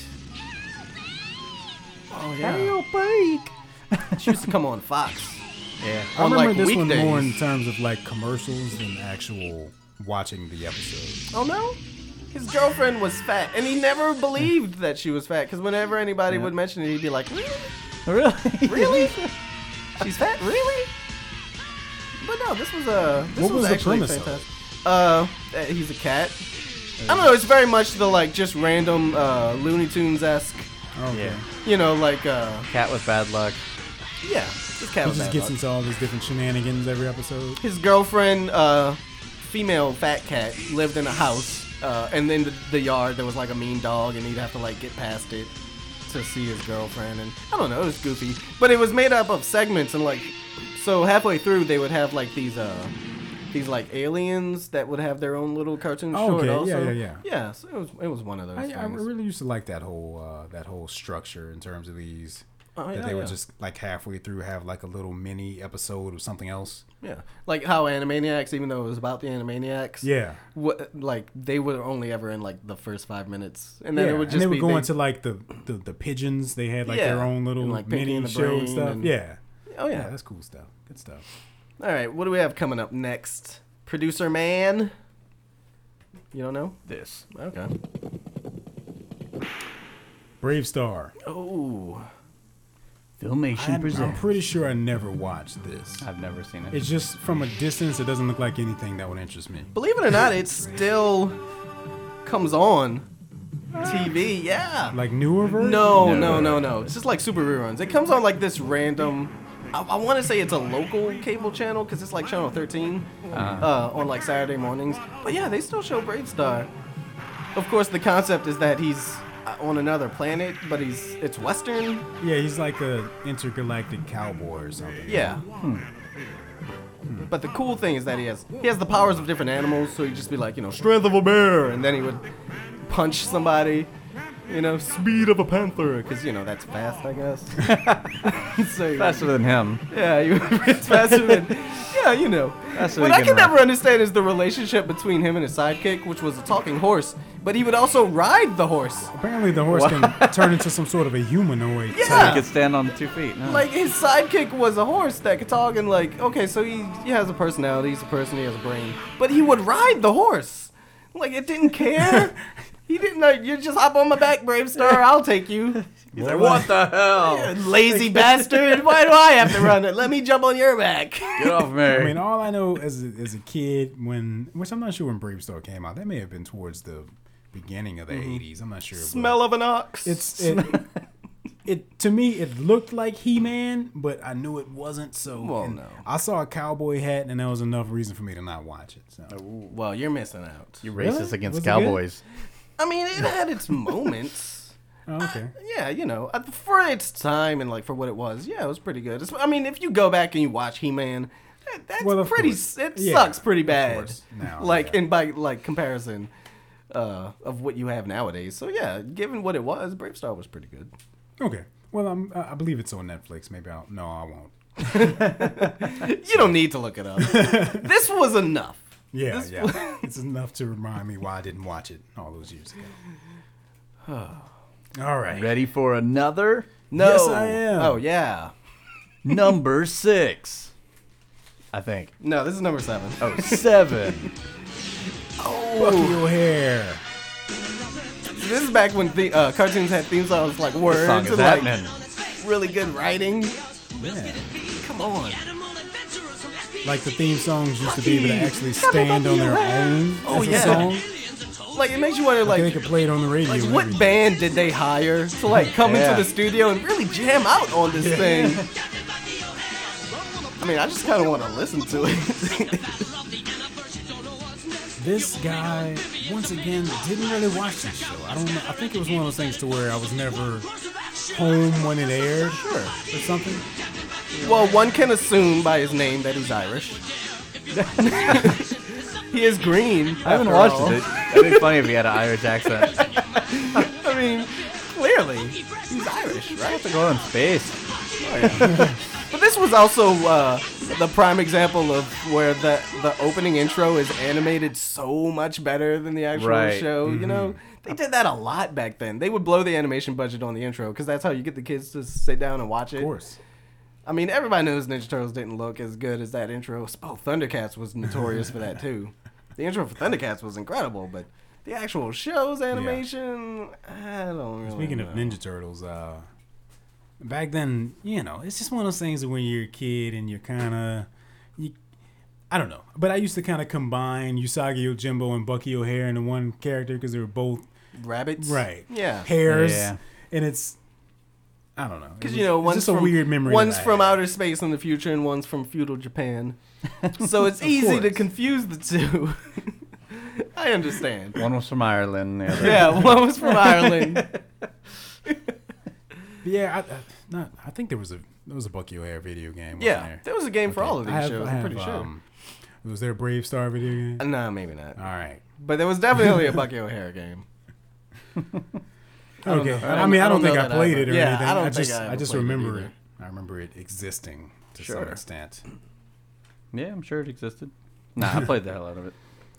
Oh yeah. (laughs) She used to come on Fox. Yeah. I remember like, this one more in weekdays. terms of like commercials than actual watching the episode. Oh no. His girlfriend was fat, and he never believed that she was fat. Because whenever anybody would mention it, he'd be like, "Really? Really? Really? (laughs) She's fat? Really?" But no, this was a. This What was the actually premise of it? fantastic. Uh, that he's a cat. I don't know. It's very much the like just random uh, Looney Tunes esque. (laughs) Okay. Yeah. You know, like uh, Cat with bad luck. yeah, this cat He was just bad gets luck. into all these different shenanigans every episode. his girlfriend, uh, female fat cat, lived in a house, uh, and then the, the yard there was like a mean dog, and he'd have to like get past it to see his girlfriend, and I don't know, it was goofy, but it was made up of segments, and like, so halfway through they would have like these uh, these like aliens that would have their own little cartoon Oh, short okay, yeah, also. yeah, yeah. Yeah, so it was it was one of those I, I things. really used to like that whole uh, that whole structure in terms of these. Oh, that yeah, they would yeah. just like halfway through have like a little mini episode of something else. yeah, like how Animaniacs, even though it was about the Animaniacs. Yeah. What, like they were only ever in like the first five minutes, and then yeah. it would just and they be were going they- to like the, the the pigeons. They had like their Yeah. own little And, like, Pinky mini and the show and Brain stuff. and- Yeah. Oh yeah, yeah. that's cool stuff. Good stuff. All right, what do we have coming up next? Producer man. You don't know? This. Okay. Brave Star. Oh. Filmation I'm, I'm presents. pretty sure I never watched this. I've never seen it. It's just from a distance. It doesn't look like anything that would interest me. Believe it or not, it still comes on TV. Yeah. Like newer version. No, no, no, no. It's just like super reruns. It comes on like this random. I, I want to say it's a local cable channel because it's like channel 13 uh on like Saturday mornings. But yeah, they still show Brave Star. Of course, the concept is that he's uh, on another planet, but he's it's Western. Yeah, he's like a intergalactic cowboy or something. Yeah. But the cool thing is that he has he has the powers of different animals, so he'd just be like, you know, strength of a bear, and then he would punch somebody, you know, speed of a panther, because you know that's fast, I guess. so he- faster than him. yeah, you, it's faster than yeah, you know. That's what what he I can can run. never understand is the relationship between him and his sidekick, which was a talking horse, but he would also ride the horse. Apparently, the horse can turn into some sort of a humanoid. Yeah. type. He could stand on two feet. No. Like his sidekick was a horse that could talk and like okay, so he, he has a personality, he's a person, he has a brain, but he would ride the horse. Like it didn't care. he didn't like you just hop on my back, brave star. I'll take you. (laughs) He's like, what the hell? You (laughs) Lazy bastard. Why do I have to run it? Let me jump on your back. (laughs) Get off me. I mean, all I know as a, as a kid, when which I'm not sure when Brave Star came out, that may have been towards the beginning of the '80s. I'm not sure. but Smell of an ox. It's it, it to me. It looked like He-Man, but I knew it wasn't. So Well, and no. I saw a cowboy hat, and that was enough reason for me to not watch it. So well, you're missing out. You're Really? racist against Was it good? cowboys. I mean, it had its moments. Oh, okay, Yeah, you know, uh, for its time and like for what it was, yeah, it was pretty good. It's, I mean, if you go back and you watch He Man, that, that's Well, of pretty. course. It Yeah, sucks pretty of bad. course. No, (laughs) like yeah. and by like comparison uh, of what you have nowadays. So yeah, given what it was, Brave Star was pretty good. (laughs) okay. Well, I'm, I I believe it's on Netflix. Maybe I'll no, I won't. You don't need to look (laughs) it up. this was enough. Yeah, yeah. (laughs) it's enough to remind me why I didn't watch it all those years ago. all right. Ready for (laughs) another? No. Yes, I am. Oh yeah. Number six. I think. No, this is number seven. Oh, seven. Bucky O'Hare. This is back when the uh, cartoons had theme songs like words This song is and like happening. really good writing. Yeah. Come on. Like the theme songs used to be able to actually stand on their own. Oh, as a yeah. Song. Like it makes you wonder Like, like they could play it on the radio. Like, and what everything. band did they hire to like come Yeah. into the studio and really jam out on this thing? I mean, I just kind of want to listen to it. (laughs) This guy, once again, didn't really watch this show. I don't know. I think it was one of those things to where I was never home when it aired or something. Well, one can assume by his name that he's (laughs) Irish. he is green. I haven't watched it. (laughs) That'd be funny if he had an Irish (laughs) accent. I mean, clearly he's Irish, I right? have to go in space. But this was also uh, the prime example of where the the opening intro is animated so much better than the actual Right. show. Mm-hmm. You know, they did that a lot back then. They would blow the animation budget on the intro because that's how you get the kids to sit down and watch it. Of course. I mean, everybody knows Ninja Turtles didn't look as good as that intro. Oh, Thundercats was notorious for that too. The intro for Thundercats was incredible, but the actual show's animation, I don't really. Speaking of know. Ninja Turtles, uh, back then, you know, it's just one of those things that when you're a kid and you're kind of, you, I don't know, but I used to kind of combine Usagi Yojimbo and Bucky O'Hare into one character because they were both rabbits, right, Yeah, hairs, Yeah. and it's, I don't know, It Because was- you know, it's one's just from a weird memory. one's that I from had. outer space in the future, and one's from (laughs) feudal Japan. so it's easy to course. confuse the two. (laughs) I understand. One was from Ireland. The other. (laughs) Yeah, one was (laughs) from Ireland. Yeah, I, I, uh, not, I think there was a there was a Bucky O'Hare video game. wasn't Yeah, there? there was a game for all of these I have- shows. I I'm have, pretty sure. um, was there a Brave Star video game? Uh, no, maybe not. All right. But there (laughs) was definitely a Bucky O'Hara game. don't Okay. know. I, mean, I don't, know think I that I played ever- it or Yeah, I anything. don't I, think just I I, ever just played it remember it, either. I remember it existing to Sure. some extent. yeah, I'm sure it existed. Nah, I played the hell out of it.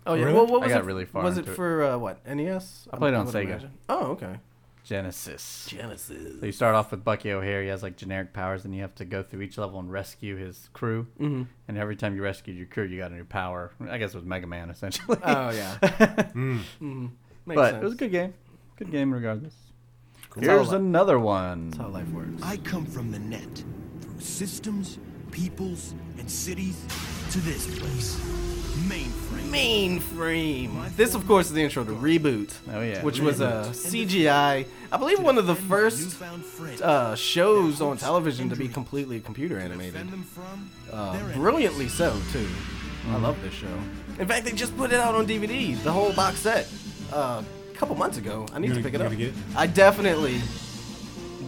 Oh yeah. Really? Well, what I was got it? really far was it into it. for uh, what NES? I played it on would Sega. Oh, okay. Genesis. Genesis. So you start off with Bucky O'Hare. He has like generic powers, and you have to go through each level and rescue his crew. (laughs) Mm-hmm. And every time you rescued your crew, you got a new power. I guess it was Mega Man essentially. (laughs) Oh yeah. Mm. Mhm. Makes but sense. it was a good game. Good game regardless. how Here's li- another one. That's how life works. I come from the net, through systems, peoples, and cities, to this place. Mainframe. Mainframe. This, of course, is the intro to Reboot. Oh, yeah. Which was a CGI. I believe one of the first Newfound friends. uh, shows on television to be completely computer animated. Defend them from Uh, their brilliantly so, too. I Mm-hmm. love this show. In fact, they just put it out on DVD, the whole box set, uh, a couple months ago. I need You to gonna- pick it you up. gonna get it? I definitely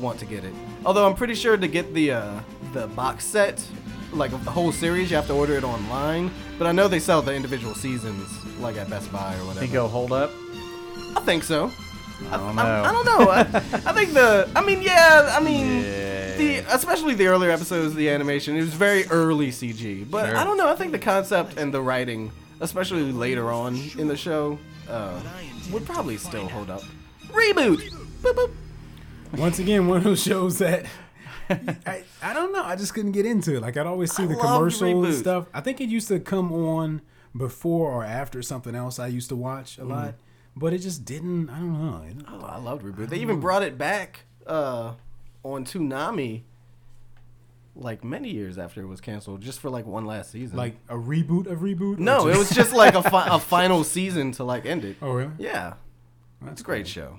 want to get it. Although I'm pretty sure to get the uh, the box set, like of the whole series, you have to order it online. But I know they sell the individual seasons, like at Best Buy or Think whatever. it'll hold up? I think so. I don't I, I don't know. I, I think the. I mean, yeah. I mean, Yeah. the especially the earlier episodes, the animation it was very early CG. But Sure. I don't know. I think the concept and the writing, especially later on in the show, uh, would probably still hold up. Reboot. Boop, boop. Once again, one of those shows that I, I don't know. I just couldn't get into it. Like I'd always see I the loved commercial and Reboot. stuff. I think it used to come on before or after something else I used to watch a lot, but it just didn't. I don't know. It- Oh, Mm. I loved Reboot. They even brought it back uh, on Toonami. Like many years after it was canceled, just for like one last season. Like a reboot of reboot. or no, it just- (laughs) was just like a, fi- a final season to like end it. Oh really? Yeah, That's it's a great show.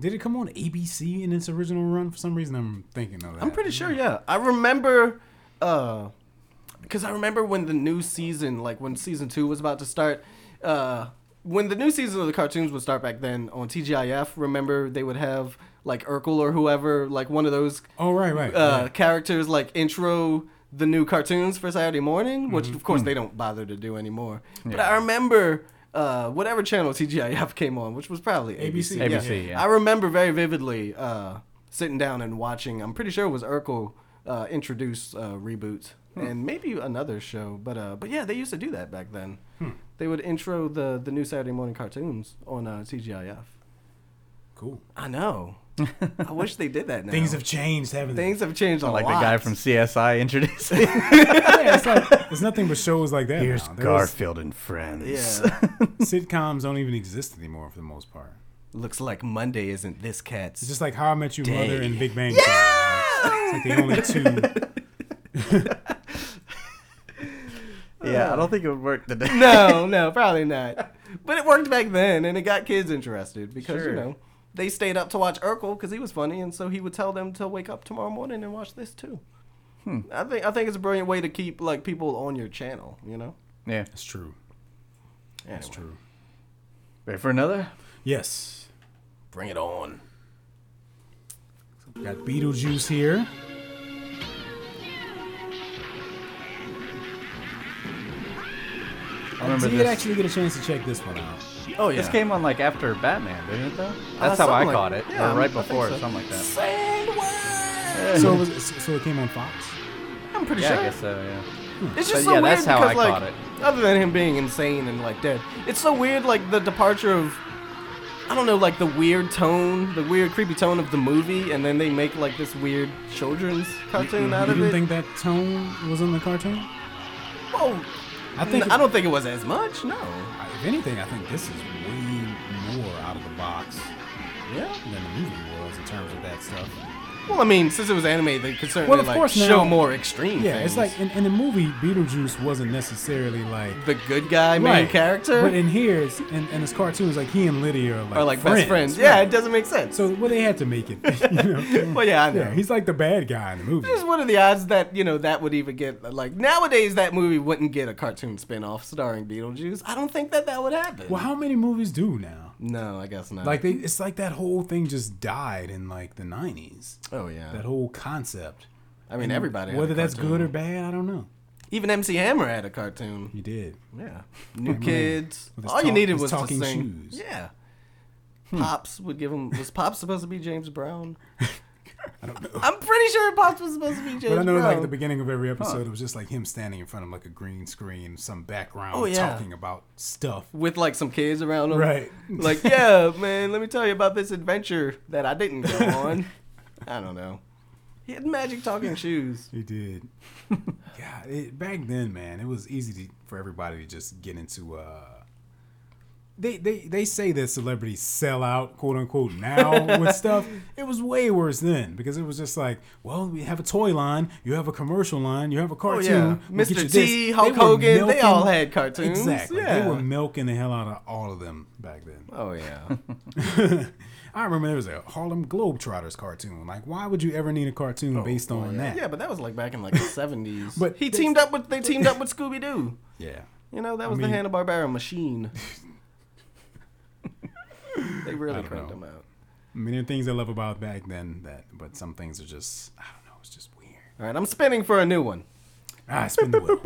Did it come on ABC in its original run? For some reason, I'm thinking of that. I'm pretty sure, yeah. I remember, uh, because I remember when the new season, like when season two was about to start, uh, when the new season of the cartoons would start back then on TGIF. Remember they would have like Urkel or whoever, like one of those Oh right, right. uh, right. characters like intro the new cartoons for Saturday morning, which Mm-hmm. of Mm. course they don't bother to do anymore. But I remember uh, whatever channel TGIF came on, which was probably ABC. ABC, ABC, yeah. I remember very vividly uh, sitting down and watching. I'm pretty sure it was Urkel uh, introduce uh, reboot and maybe another show, but uh, but yeah, they used to do that back then. They would intro the the new Saturday morning cartoons on uh, TGIF. Cool. I know. I wish they did that now. Things have changed, haven't they? Things have changed a Like lot. the guy from CSI introducing. Yeah, it's like (laughs) there's nothing but shows like that. (laughs) Here's now. There's- Garfield and Friends. (laughs) Yeah. sitcoms don't even exist anymore for the most part. Looks like Monday isn't this cat's. It's just like How I Met Your Mother Day. and Big Bang Theory. (laughs) It's like the only (laughs) two. Yeah, I don't think it would work today. (laughs) (laughs) no, no, probably not. But it worked back then, and it got kids interested because Sure. you know they stayed up to watch Urkel because he was funny, and so he would tell them to wake up tomorrow morning and watch this too. I think I think it's a brilliant way to keep like people on your channel. You know, Yeah. It's true. that's True. Ready for another? Yes. Bring it on. Got Beetlejuice here. I remember did this. actually get a chance to check this one out. Oh yeah. This came on like after Batman, didn't it? Though that's how I Uh, something like- caught it, yeah, or right I think before, so. something like that. So it was, so it came on Fox. I'm pretty Yeah, sure. I guess so. Yeah. It's just But so yeah, weird that's how I because, caught like, it. other than him being insane and like dead, it's so weird. Like the departure of, I don't know, like the weird tone, the weird creepy tone of the movie, and then they make like this weird children's cartoon out You of didn't it. think that tone was in the cartoon? oh, I think I don't think it was as much. No. If anything, I think this is way more out of the box Yeah. than the movie was in terms of that stuff. Well, I mean, since it was anime, they could certainly of like course now- show more extreme. Yeah, it's things. like in, in the movie, Beetlejuice wasn't necessarily like the good guy main Right. character but in here, it's, in, in this cartoon, it's like he and Lydia are like, are like friends. best friends. Yeah, it doesn't make sense. So well, they had to make it. (laughs) You know? Well, yeah, I know. he's like the bad guy in the movie. Just what are the odds that you know that would even get like nowadays that movie wouldn't get a cartoon spin-off starring Beetlejuice? I don't think that that would happen. Well, how many movies do now? No, I guess not. Like they, it's like that whole thing just died in like the '90s. oh yeah, That whole concept. I mean everybody. had a Whether that's cartoon. good or bad, I don't know. even MC Hammer had a cartoon. He did. (laughs) Yeah, New Kids. With his All you talk- needed his was to talking sing. shoes. Hmm. Yeah, Pops would give him. Was Pops supposed to be James Brown? I don't know. I'm pretty sure Pops was supposed to be James But I know, Brown. like the beginning of every episode, it was just like him standing in front of like a green screen, some background, Oh, yeah. talking about stuff. with like some kids around him. Right. Like, yeah, man, let me tell you about this adventure that I didn't go on. I don't know. He had magic talking shoes. He (laughs) did. yeah, it, back then, man, it was easy to, for everybody to just get into. uh they, they, they say that celebrities sell out, quote unquote, now (laughs) with stuff. It was way worse then because it was just like, well, we have a toy line, you have a commercial line, you have a Oh, yeah. cartoon. we'll get Mr. you this. T, They Hulk were Hogan, they all had cartoons. Exactly. They Yeah. were milking the hell out of all of them back then. Oh yeah. I remember there was a Harlem Globetrotters cartoon. Like, why would you ever need a cartoon based on that? Oh, Yeah, but that was like back in like the seventies. But he they- teamed up with they teamed up with Scooby Doo. Yeah. You know, that was mean- the Hanna Barbera machine. they really don't cranked know. him out. I mean, there are things I love about back then that, but some things are just, I don't know, it's just weird. All right, I'm spinning for a new one. Ah, spin the wheel.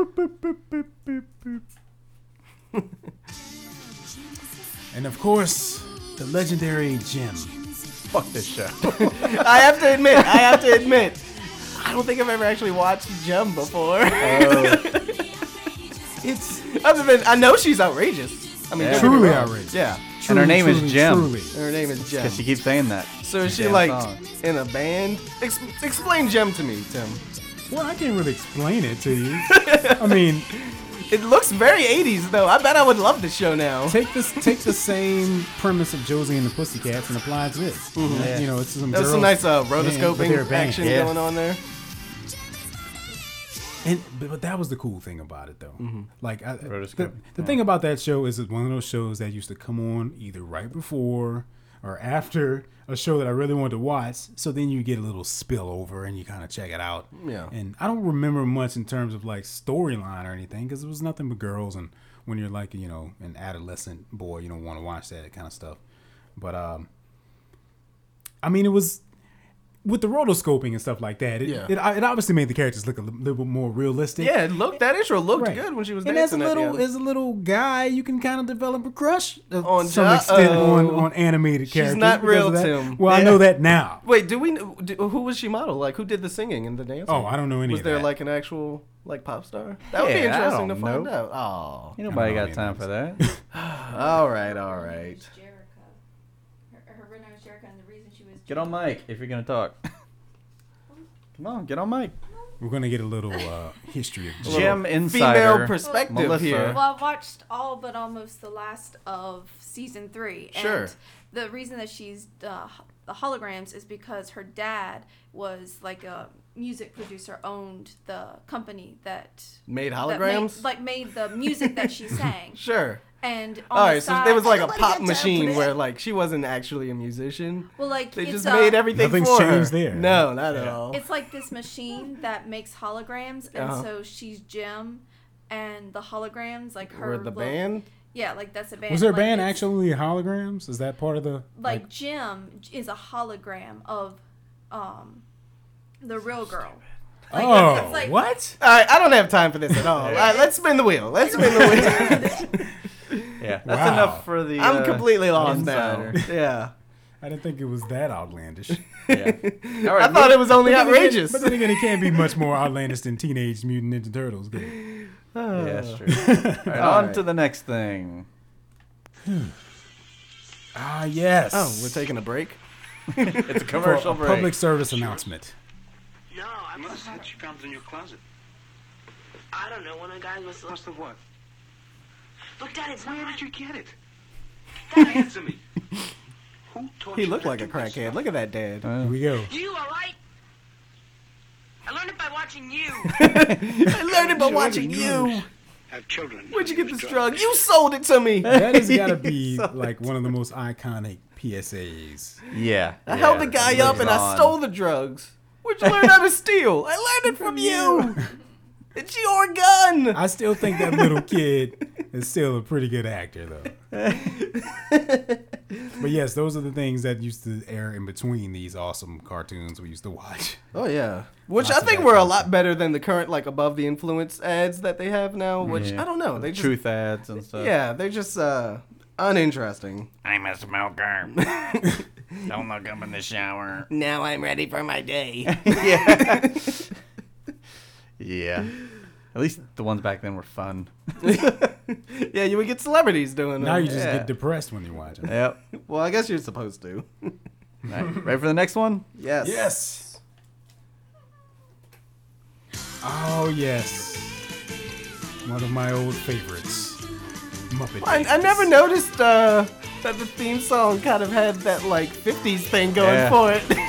and of course, the legendary Jim. Fuck this show. I have to admit, I have to admit, I don't think I've ever actually watched Jem before. Oh. (laughs) It's Other than I know she's outrageous. I mean, Yeah. don't get me truly wrong. outrageous. Yeah. And her name is Jem. And Her name is Jem. Because she keeps saying that. so is she Damn like song. in a band? Ex- explain Jem to me, Tim. Well, I can't really explain it to you. I mean, It looks very 80s though. I bet I would love this show now. take this, take the same premise of Josie and the Pussycats and apply it to this. Mm-hmm. You know, it's some There's some girls- nice uh, band, but they're a rotoscoping band. action Yeah. going on there. And but, but that was the cool thing about it, though. Mm-hmm. Like I, the, Rotoscope, the thing about that show is it's one of those shows that used to come on either right before or after a show that I really wanted to watch. So then you get a little spillover and you kind of check it out. Yeah. And I don't remember much in terms of like storyline or anything because it was nothing but girls. And when you're like you know an adolescent boy, you don't want to watch that kind of stuff. But um, I mean, it was with the rotoscoping and stuff like that. It, Yeah. it, it obviously made the characters look a li- little bit more realistic. Yeah, it looked that intro looked Right. good when she was and as a dancing. at the little end. as a little guy, you can kind of develop a crush to On some Ja- extent on, oh. on animated characters. not because of real, that. Tim. Well, I Yeah. know that now. Wait, do we? kn- Do, who was she model? Like, who did the singing and the dancing? Oh, I don't know any Was of there that. like an actual like pop star? That would be Yeah, I interesting to don't find know. out. Oh, Ain't nobody know got any time names. for that. (laughs) all right, all right. Jericho. Her, her real name is Jericho, and the reason she was Get on mic if you're gonna talk. Come on, get on mic. We're gonna get a little uh, history of Jim. Jim Insider. Female perspective Melissa. here. Well, I watched all but almost the last of season three. And Sure. The reason that she's uh, the holograms is because her dad was like a music producer, owned the company that Made that made- holograms. like made the music that (laughs) she sang. sure. And on All the right, so side, there was like a Nobody got pop time machine for where that. like she wasn't actually a musician. well, like They it's just a- made everything Nothing's for changed her. there. No, not at all. It's like this machine that makes holograms, and Uh-huh. so she's Jim, and the holograms like her. Were the little- band? Yeah, like that's a band. Was there a like, band it's- actually holograms? Is that part of the Like, (laughs) Jim is a hologram of, um, the real girl. Like, Oh, it's like, what? All right, I don't have time for this at all. (laughs) All right, let's spin the wheel. Let's spin the wheel. Yeah, that's Wow. enough for the. I'm uh, completely lost insider. now. (laughs) Yeah. I didn't think it was that (laughs) outlandish. Yeah. All right, I thought it was only But then again- outrageous. But then again, it can't be much more outlandish than Teenage Mutant Ninja Turtles. can it? Yeah, that's true. All (laughs) right, on to the next thing. Ah, yes. Oh, we're taking a break. (laughs) It's a For a commercial break. public service announcement. No, I must Must have. she comes in your closet. I don't know. One of the guys was. Must have what? Look, Dad, it's Where not. did you get it? Dad, Answer (laughs) me. Who taught He you looked to like a do this crackhead. stuff? Look at that dad. Here we go. you all right? I learned it by (laughs) watching you. I learned it by watching you. Have (laughs) children. Where'd you get this drug? You sold it to me. That has got (laughs) to be like one of the most iconic PSAs. Yeah. I held the guy up and I stole the drugs. Where'd you learn how to steal? I learned it (laughs) from you. It's your gun. I still think that little kid is still a pretty good actor, though. (laughs) but yes, those are the things that used to air in between these awesome cartoons we used to watch. Oh yeah. Which Lots I of think that were a kind of lot better than the current like above the influence ads that they have now. Which I don't know. They just truth ads and stuff. yeah they're just uh uninteresting. (laughs) I'm a smoker. Don't look up in the shower. Now I'm ready for my day. (laughs) yeah. yeah. At least the ones back then were fun. yeah, you would get celebrities doing that. Now you just yeah. get depressed when you watch them. Yep. Well, I guess you're supposed to. All right, ready for the next one? Yes. Yes. Oh yes. One of my old favorites. Muppet. I, I Babies. never noticed uh, that the theme song kind of had that like 50s thing going Yeah. for it. (laughs)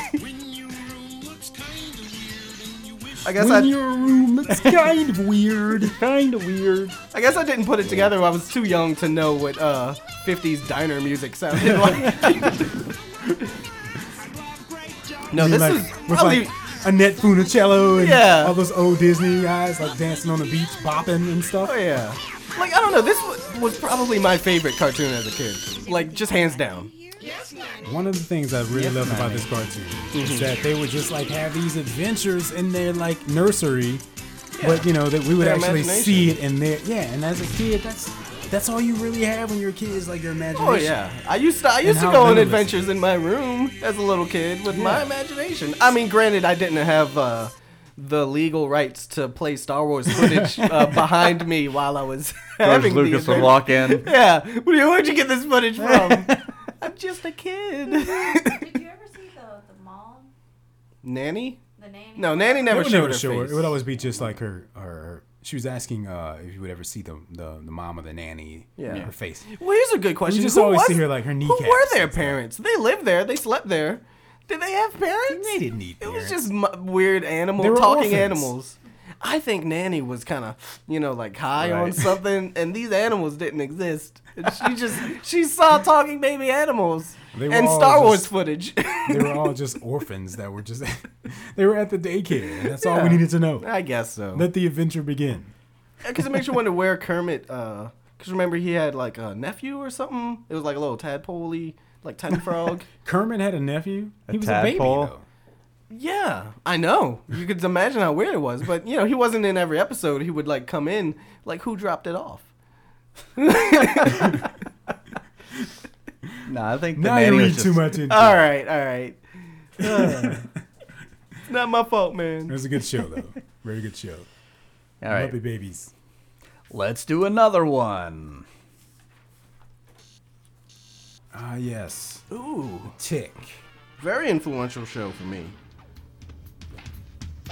I guess When I, your room looks kind of weird. Kind of weird. I guess I didn't put it together. I was too young to know what uh, 50s diner music sounded like. no, this is with probably like Annette Funicello and Yeah. all those old Disney guys like dancing on the beach, bopping and stuff. Oh yeah. Like I don't know, this was, was probably my favorite cartoon as a kid. Like just hands down. One of the things I really loved about this cartoon Mm-hmm. is that they would just like have these adventures in their like nursery, but you know that we would Their actually imagination. see it in there. Yeah, and as a kid, that's that's all you really have when you're a kid is like your imagination. Oh yeah. I used to I used to how go on minimalist. adventures in my room as a little kid with my Yeah. imagination. I mean, granted, I didn't have uh, the legal rights to play Star Wars (laughs) footage uh, behind me while I was (laughs) having the Lucas would adventure. walk in. Yeah. Where do you- Where'd you get this footage from? (laughs) I'm just a kid. Did you ever see the, the mom, Nanny? the nanny? No, Nanny They never would showed never her show her. face. It would always be just like her. her, her she was asking uh, if you would ever see the, the the mom or the nanny. Yeah. her face. Well, here's a good question. just Who always was- see her, like, her Who kneecaps were their and stuff. parents? They lived there. They slept there. Did they have parents? They didn't need It was parents. just m- weird animal They were talking orphans. animals. I think Nanny was kind of, you know, like high on Right. (laughs) something, and these animals didn't exist. And she just she saw talking baby animals They were and all Star Wars just- footage. (laughs) They were all just orphans that were just (laughs) they were at the daycare. And that's all we needed to know. I guess so. Let the adventure begin. Because it makes you wonder where Kermit. Because remember he had like a nephew or something. It was like a little tadpoley, like tiny (laughs) frog. Kermit had a nephew. he was tadpole? a baby though. Yeah, I know. You could imagine how weird it was, but you know, he wasn't in every episode. He would like come in, like who dropped it off? No, I think the Now nanny you was read too just- much into All it. right, all right. Ugh. It's not my fault, It man. was a good show though. Very good show. All right, Muppet Babies. let's do another one. Ah yes. Ooh, Tick. very influential show for me.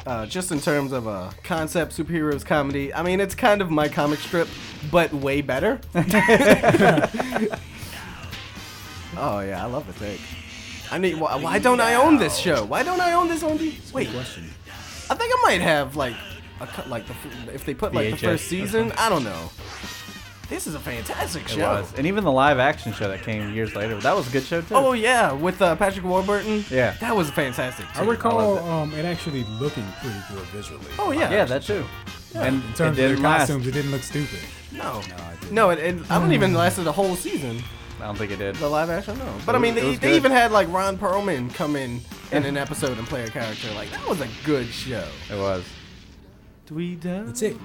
Uh, just in terms of uh, concept superheroes comedy, I mean, it's kind of my comic strip, but way better. (laughs) oh yeah, I love the thing. I need. Why, why don't I own this show? Why don't I own this on D? Wait, I think I might have like, a, cu- like the f- if they put like the VHS. first season. I don't know. This is a fantastic It show. was, and even the live action show that came years later, that was a good show too. Oh yeah, with uh, Patrick Warburton. Yeah. that was fantastic. I too. recall loved it. um, it actually looking pretty good visually. Oh yeah. yeah, that too. And In terms it of their didn't last. costumes, it didn't look stupid. No. I didn't. No, it, it, I don't even lasted a whole season. I don't think it did. The live action, no. But I It mean, was- it they, was they good. even had like Ron Perlman come in (laughs) in an episode and play a character. Like that was a good show. It was. We do. The Tick.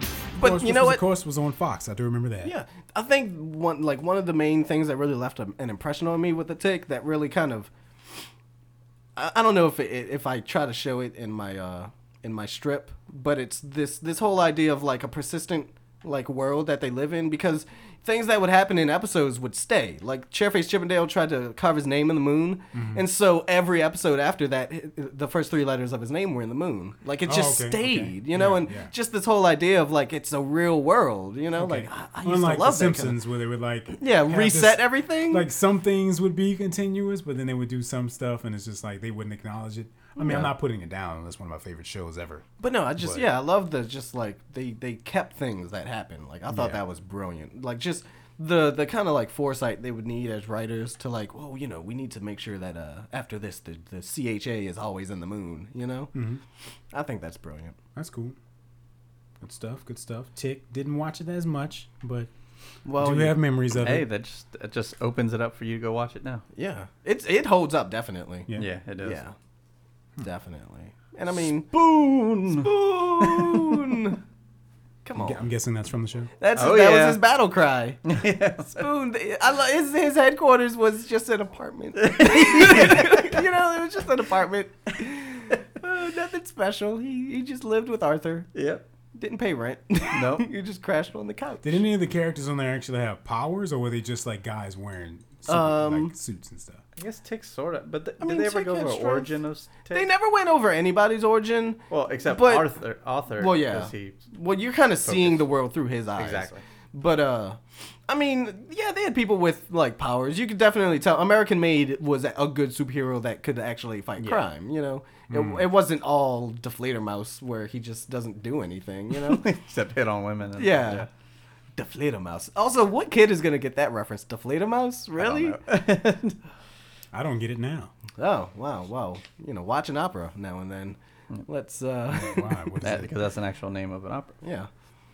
But Of course, you which know was- what? Of course, was on Fox. I do remember that. Yeah, I think one like one of the main things that really left a, an impression on me with the tick that really kind of I, I don't know if it, if I try to show it in my uh in my strip, but it's this this whole idea of like a persistent like world that they live in because things that would happen in episodes would stay. Like Chairface Chippendale tried to carve his name in the moon, Mm-hmm. and so every episode after that, h- the first three letters of his name were in the moon. Like it Oh, just okay, stayed, okay. you know, Yeah, and yeah. just this whole idea of like it's a real world, you know, Okay. like I, I used Unlike to love The that kind Simpsons, where they would like Yeah, have reset this- everything. Like some things would be continuous, but then they would do some stuff, and it's just like they wouldn't acknowledge it. I mean, I'm not putting it down. That's one of my favorite shows ever. But no, I just But- yeah, I love the just like they they kept things that happened. Like I thought Yeah. that was brilliant. Like just the the kind of like foresight they would need as writers to like, well, you know, we need to make sure that uh after this the the CHA is always in the moon. You know, mm-hmm. I think that's brilliant. That's cool. Good stuff. Good stuff. Tick didn't watch it as much, but Well, do yeah, have memories of Hey, it. that just that just opens it up for you to go watch it now. yeah, it's it holds up definitely. Yeah. Yeah, it does. (laughs) yeah, Hmm. definitely. And I mean, Boon. (laughs) spoon. Come on. I'm guessing that's from the show. That's Oh, that yeah. was his (laughs) battle cry. Spoon. I lo- his, his headquarters was just (laughs) an apartment. you know, it was just an apartment. Uh, nothing special. He he just lived with Arthur. Yep. Didn't pay rent. (laughs) Nope. he just crashed on the couch. Did any of the characters on there actually have powers, or were they just like guys wearing super, Um, like, suits and stuff? I guess Tick sort of. But th- mean, did they ever Tick go had over strength. origin of Tick? They never went over anybody's origin. Well, except but- Arthur. Arthur. Well, yeah. 'cause He, (laughs) Well, you're kind of seeing the world through his eyes. Exactly. But uh, I mean, yeah, they had people with like powers. You could definitely tell American Made was a good superhero that could actually fight crime. You know, it, it wasn't all Deflator Mouse where he just doesn't do anything. (laughs) You know. except hit on women. And, (laughs) yeah. Deflator Mouse. Also, what kid is gonna get that reference? Deflator Mouse? Really? I don't get it now. (laughs) Oh, wow, wow. You know, watch an opera now and then. Let's uh, (laughs) Why? What is That, it? because that's an actual name of an opera. yeah.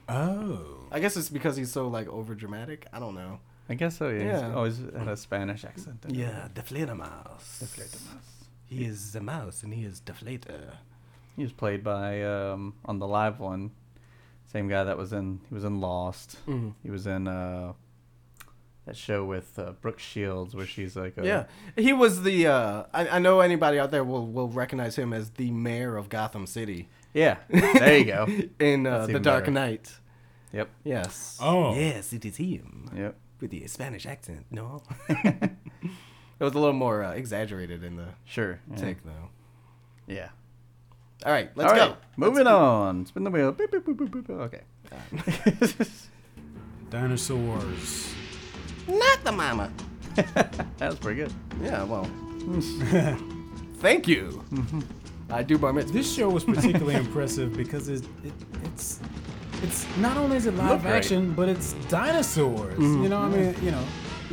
Oh. I guess it's because he's so like over dramatic. I don't know. I guess so. Yeah. He's Yeah. always had a Spanish accent. in it. Yeah, Deflator Mouse. He is the mouse and he is Deflator. He was played by um, on the live one, same guy that was in he was in Lost. Mm-hmm. He was in uh, that show with uh, Brooke Shields where she's like a, Yeah, he was the. Uh, I, I know anybody out there will will recognize him as the mayor of Gotham City (laughs) yeah. There you go. in uh, That's The even Dark better. Knight. Yep. Yes. Oh. Yes, it is him Yep. with the Spanish accent. No. (laughs) it was a little more uh, exaggerated in the Sure. Yeah. take though. Yeah. All right, let's All go. right, Moving on. Spin the wheel. Beep, beep, boop, boop, boop, boop. Okay. (laughs) Dinosaurs. Not the mama. that was pretty good. (laughs) Yeah. Well. Thank you. Mm-hmm. I do bar mitzvah. This show was particularly (laughs) impressive because it, it it's it's not only is it live great. action, but it's dinosaurs. You know, I mean, you know,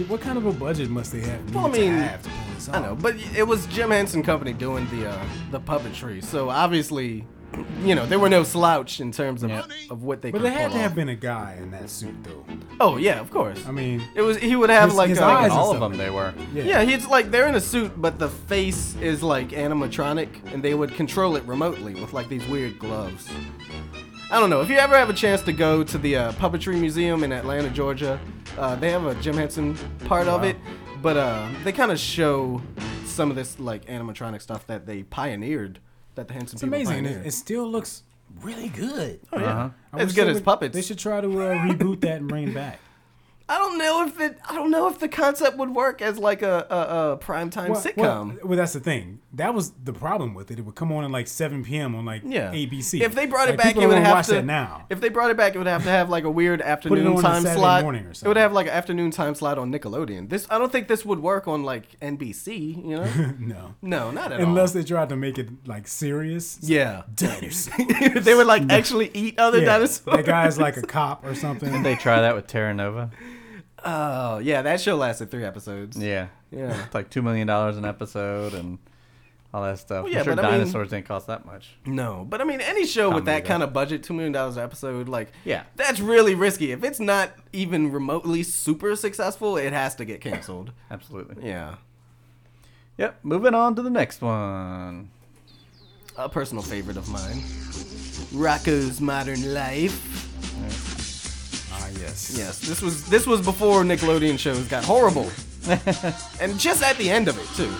what kind of a budget must they have? Mm-hmm. Well, I need mean, to have to pull this off? I know, but it was Jim Henson Company doing the uh, the puppetry, so obviously, you know, they were no slouch in terms of, of what they. But could there had pull to have off. been a guy in that suit, though. Oh yeah, of course. I mean, it was he would have his- like his a- eyes and All of stuff. them they were. Yeah, he's like they're in a suit, but the face is like animatronic, and they would control it remotely with like these weird gloves. I don't know. If you ever have a chance to go to the uh, Puppetry Museum in Atlanta, Georgia, uh, they have a Jim Henson part of it, but uh, they kind of show some of this like animatronic stuff that they pioneered, that the Henson It's people amazing. and pioneered. It, it still looks really good. oh, yeah. Uh-huh. I As wish good they as would- puppets. They should try to uh, reboot that and bring it (laughs) back. I don't know if it. I don't know if the concept would work as like a a, a primetime Well, sitcom. Well, well, that's the thing. That was the problem with it. It would come on at like 7 p.m. on like Yeah. ABC. If they brought it Like, back, people it would don't have watch to. that now. If they brought it back, it would have to have like (laughs) a weird afternoon on a time Saturday slot. morning or It would something. have like an afternoon time slot on Nickelodeon. This I don't think this would work on like NBC. You (laughs) know? no. no, not at Unless all. they tried to make it like serious. yeah. Dinosaurs. (laughs) they (laughs) would like actually eat other Yeah, dinosaurs. That (laughs) guy's like a cop or something. They try that with Terra Nova. Oh yeah, that show lasted three episodes. Yeah. Yeah. It's (laughs) like two million dollars an episode and all that stuff. yeah, I'm sure but I mean- dinosaurs didn't cost that much. No, but I mean, any show Comedy, with that though. kind of budget, two million dollars an episode, like Yeah. that's really risky. If it's not even remotely super successful, it has to get canceled. Absolutely. yeah. Yep, moving on to the next one. A personal favorite of mine. Rocco's Modern Life. Ah, yes. Yes, this was this was before Nickelodeon shows got (laughs) horrible, and just at the end of it too.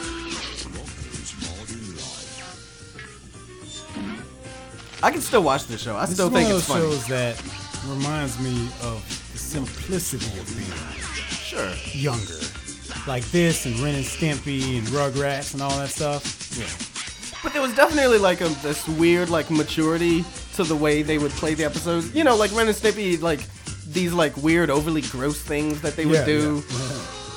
I can still watch this show. I This still is one think of it's those funny. shows that reminds me of the simplicity of being Sure. younger. Like this and Ren and Stimpy and Rugrats and all that stuff. But there was definitely like a, this weird like maturity to the way they would play the episodes. You know, like Ren and Snippy, like these like weird, overly gross things that they would Yeah, do.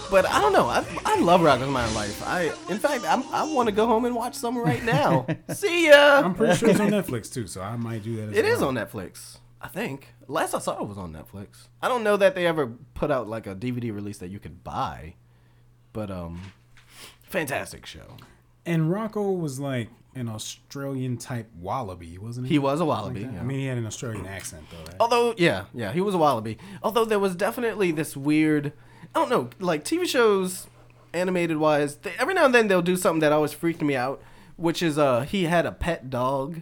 But I don't know. I, I love Rockers My Life. I in fact I'm, I want to go home and watch some right now. See ya. I'm pretty sure (laughs) it's on Netflix too, so I might do that as It well. is on Netflix. I think last I saw it was on Netflix. I don't know that they ever put out like a DVD release that you could buy, but um, fantastic show. And Rocco was like an Australian type wallaby, wasn't he? He was a Like wallaby. that? yeah. I mean, he had an Australian accent though, right? Although, yeah, yeah, he was a wallaby. Although there was definitely this weird, I don't know, like TV shows, animated wise, they, every now and then they'll do something that always freaked me out, which is uh he had a pet dog.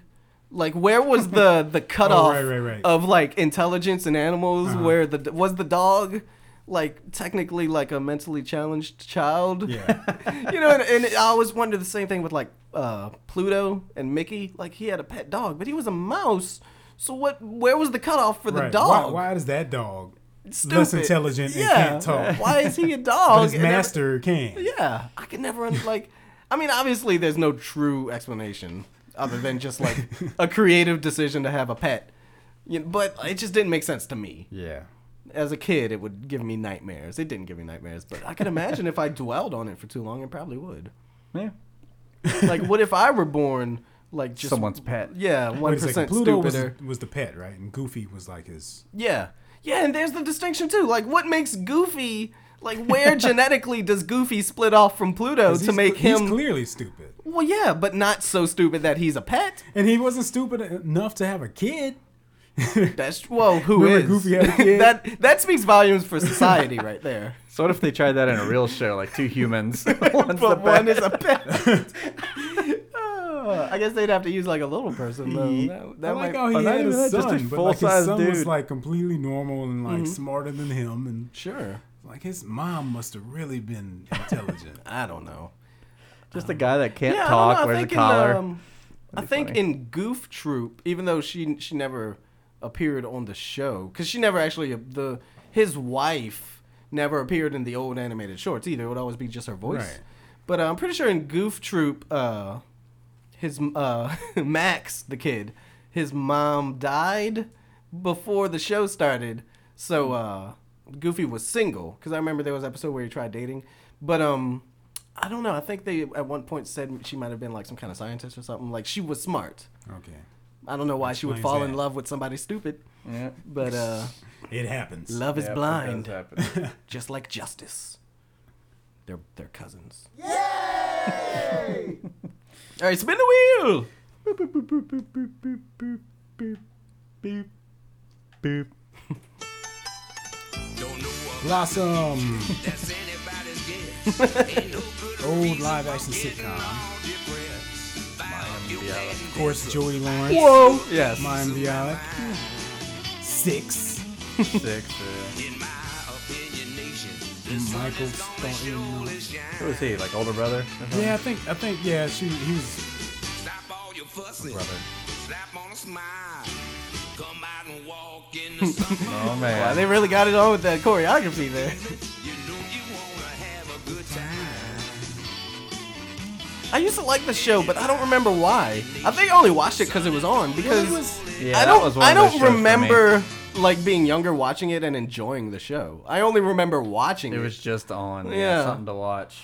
Like where was the (laughs) the cutoff Oh, right, right, right. of like intelligence in animals? Uh-huh. Where the was the dog like technically like a mentally challenged child? Yeah. (laughs) you know, and, and I always wondered the same thing with like uh, Pluto and Mickey. Like he had a pet dog, but he was a mouse. So what? Where was the cutoff for the right. dog? Why, why is that dog Stupid. less intelligent Yeah. and can't talk? Why is he a (laughs) But dog? his and every- master can. yeah, I could never un- like. I mean, obviously, there's no true explanation other than just (laughs) like a creative decision to have a pet. You know, but it just didn't make sense to me. Yeah. As a kid, it would give me nightmares. It didn't give me nightmares, but I could imagine if I dwelled on it for too long, it probably would. Yeah. like what if I were born like just Someone's pet. Yeah, one Wait a second. percent Pluto was, stupider. was the pet, right? And Goofy was like his. Yeah, yeah, and there's the distinction too. Like what makes Goofy? Like (laughs) where genetically does Goofy split off from Pluto 'cause to he's- make him? He's clearly stupid. well, yeah, but not so stupid that he's a pet. And he wasn't stupid enough to have a kid. That's well, who is Remember Goofy had (laughs) a kid? that that speaks volumes (laughs) for society right there. So what if they tried that in a real show, like two (laughs) humans? (laughs) One's the but one pet. is a pet. (laughs) Oh, I guess they'd have to use like a little person though. That, that I like might- how oh, he not had a even that, son, just a but like his full-size son was dude. like completely normal and like smarter than him, and sure. like his mom must have really been intelligent. (laughs) I don't know. Just a guy that can't I don't know. talk, I wears a think in, collar. um, I be think funny. in Goof Troop, even though she she never appeared on the show, because she never actually uh, the his wife never appeared in the old animated shorts either. It would always be just her voice. Right. But uh, I'm pretty sure in Goof Troop, uh, his uh, (laughs) Max the kid, his mom died before the show started, so uh, Goofy was single. Because I remember there was an episode where he tried dating, but um, I don't know. I think they at one point said she might have been like some kind of scientist or something. Like she was smart. okay, I don't know why she would Explains fall in that. love with somebody stupid, yeah. but uh, it happens. love is Yeah, it blind, does happen. just like justice. They're they're cousins. Yay! (laughs) All right, spin the wheel. Blossom, (laughs) old live action sitcom. Of course, Joey Lawrence. Whoa! Yes. Maya Bialik. Six. Six. Uh, Michael Staunton. who is he? Like older brother? Yeah, I think I think yeah, she he was brother. summer. Oh Wow, man. they really got it on with that choreography there. You know you wanna have a good time. I used to like the show, but I don't remember why. I think I only watched it because it was on. Because Yeah, I that don't, was one I of those don't shows for me. remember like being younger watching it and enjoying the show. I only remember watching it. It was just on. Yeah. Yeah. Something to watch.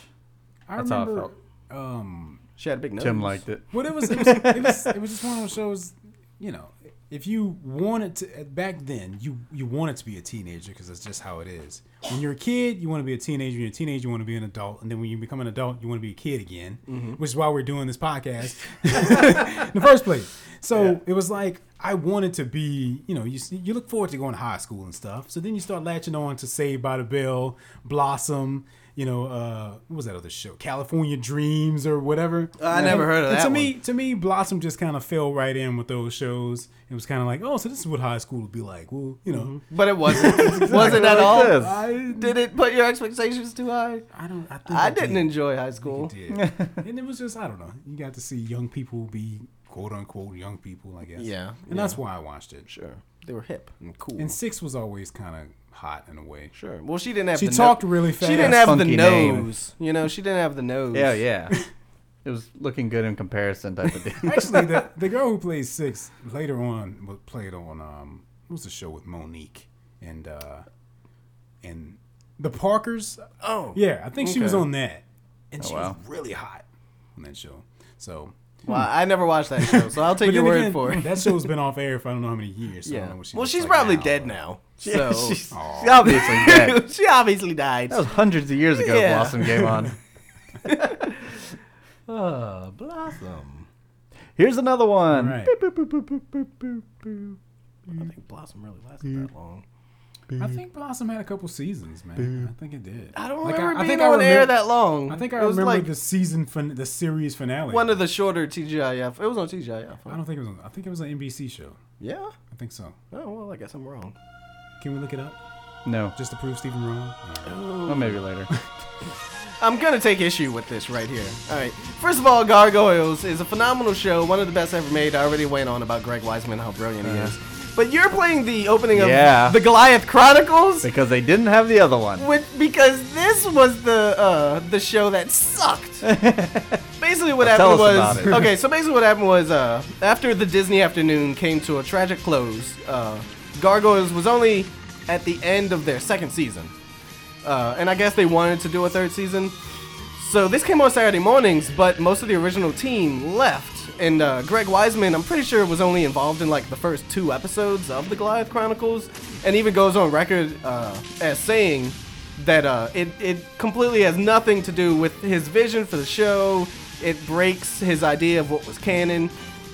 I That's how I remember felt. um she had a big nose. Tim liked (laughs) it. what it was it was, it was it was just one of those shows, you know, if you wanted to back then, you you wanted to be a teenager because that's just how it is. When you're a kid, you want to be a teenager. When you're a teenager, you want to be an adult, and then when you become an adult, you want to be a kid again, which is why we're doing this podcast (laughs) in the first place. So it was like I wanted to be, you know, you see- you look forward to going to high school and stuff. So then you start latching on to Saved by the Bell, Blossom. you know, uh, what was that other show? California Dreams or whatever. I never heard of And that To me, to me, Blossom just kind of fell right in with those shows. It was kind of like, oh, so this is what high school would be like. Well, you know, But it wasn't. was it at all? this. I, Did it put your expectations too high? I don't. I, think I didn't did. enjoy high school. did. (laughs) and it was just I don't know. You got to see young people be quote unquote young people, I guess. Yeah, And that's why I watched it. Sure. They were hip and cool. And six was always kind of hot in a way. sure. Well, she didn't have She the talked really fast. She didn't have the Funky name. nose. You know, she didn't have the nose. Yeah, yeah. it was looking good in comparison type of thing. Actually, the, the girl who played six later on was played on um what was the show with Monique and uh and the Parkers. Oh. Yeah, I think she was Okay. Oh, on that, and she wow. was really hot on that show. So. Well, I never watched that show, so I'll take But your then word again, (laughs) for it. that show's been off air for I don't know how many years. So I don't Yeah. know what she well, looks she's like probably now, dead but- now. Yeah, So she's (laughs) obviously (laughs) dead. she obviously died. That was hundreds of years ago. Yeah. Blossom came on. Uh, Blossom. Here's another one. Right. I think Blossom really lasted that long. I think Blossom had a couple seasons, man. I think it did. I don't Like, remember I being think I on air remember- that long. I think I It was remember like the season fin- the series finale. one of the shorter TGIF. It was on TGIF. I huh? don't think it was. On, I think it was an NBC show. Yeah. I think so. Oh well, I guess I'm wrong. Can we look it up No. just to prove Stephen wrong? All right. Well, maybe later. I'm gonna take issue with this right here. All right. First of all, Gargoyles is a phenomenal show, one of the best ever made. I already went on about Greg Weisman how brilliant he is. But you're playing the opening of Yeah. the Goliath Chronicles, Because they didn't have the other one. which because this was the uh, the show (laughs) that sucked. basically, Well, what happened tell us was about it. okay. So basically, what happened was uh, after the Disney afternoon came to a tragic close, uh, Gargoyles was only at the end of their second season, uh, and I guess they wanted to do a third season. So this came on Saturday mornings, but most of the original team left, and uh, Greg Wiseman, I'm pretty sure, was only involved in like the first two episodes of the Goliath Chronicles, and even goes on record uh, as saying that uh, it it completely has nothing to do with his vision for the show. It breaks his idea of what was canon,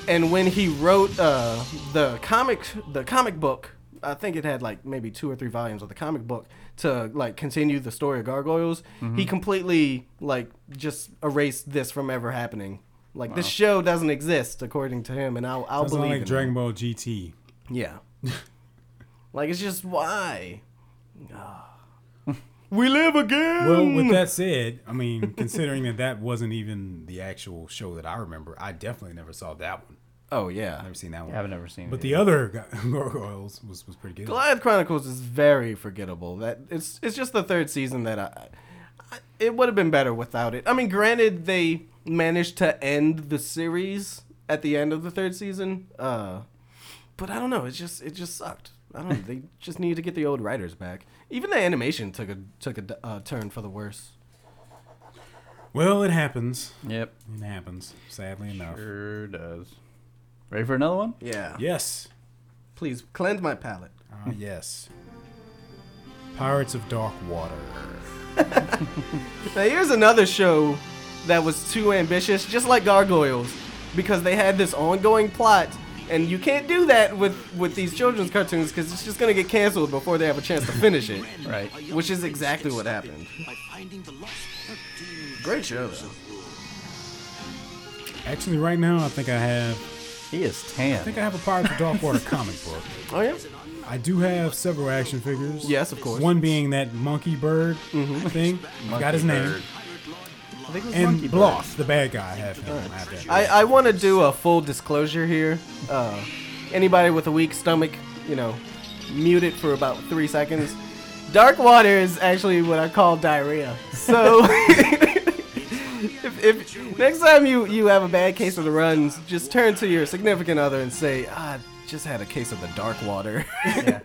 and when he wrote uh, the comic the comic book I think it had like maybe two or three volumes of the comic book to like continue the story of gargoyles. Mm-hmm. He completely like just erased this from ever happening. Like this show doesn't exist according to him, and I'll, I'll That's believe like in Dragon Ball GT. him. Yeah, (laughs) like it's just why. Ah. we live again. Well, Hmm. with that said, (laughs) I mean, considering that that wasn't even the actual show that I remember, I definitely never saw that one. oh yeah, Never seen that one. I've never seen But it. the other guy- (laughs) Gargoyles was was pretty good. Goliath Chronicles is very forgettable. That it's it's just the third season that I, I it would have been better without it. I mean, granted they managed to end the series at the end of the third season, uh, but I don't know. It just it just sucked. I don't. know. They just needed to get the old writers back. Even the animation took a took a d- uh, turn for the worse. Well, it happens. Yep. It happens. Sadly enough. Sure does. Ready for another one? Yeah. Yes. Please cleanse my palate. Ah, yes. Pirates of Dark Water. Now here's another show that was too ambitious, just like Gargoyles, because they had this ongoing plot, and you can't do that with with these children's cartoons because it's just gonna get canceled before they have a chance to finish it. Right. Which is exactly what happened. By finding the lost 13 Great show. Actually, right now, I think I have. He is I think tan. I have a Pirates of Dark Water comic book. Oh yeah. I do have several action figures. Yes, of course. Mm-hmm. One being that monkey bird thing. Got his name. I think it was And Monkey Bird. Bloss, the bad guy. I have him. I have that. I I want to do a full disclosure here. Uh, anybody with a weak stomach, you know, mute it for about three seconds. Dark water is actually what I call diarrhea. So. (laughs) If, if next time you, you have a bad case of the runs, just turn to your significant other and say, "Ah, "I just had a case of the dark water." (laughs) Yeah.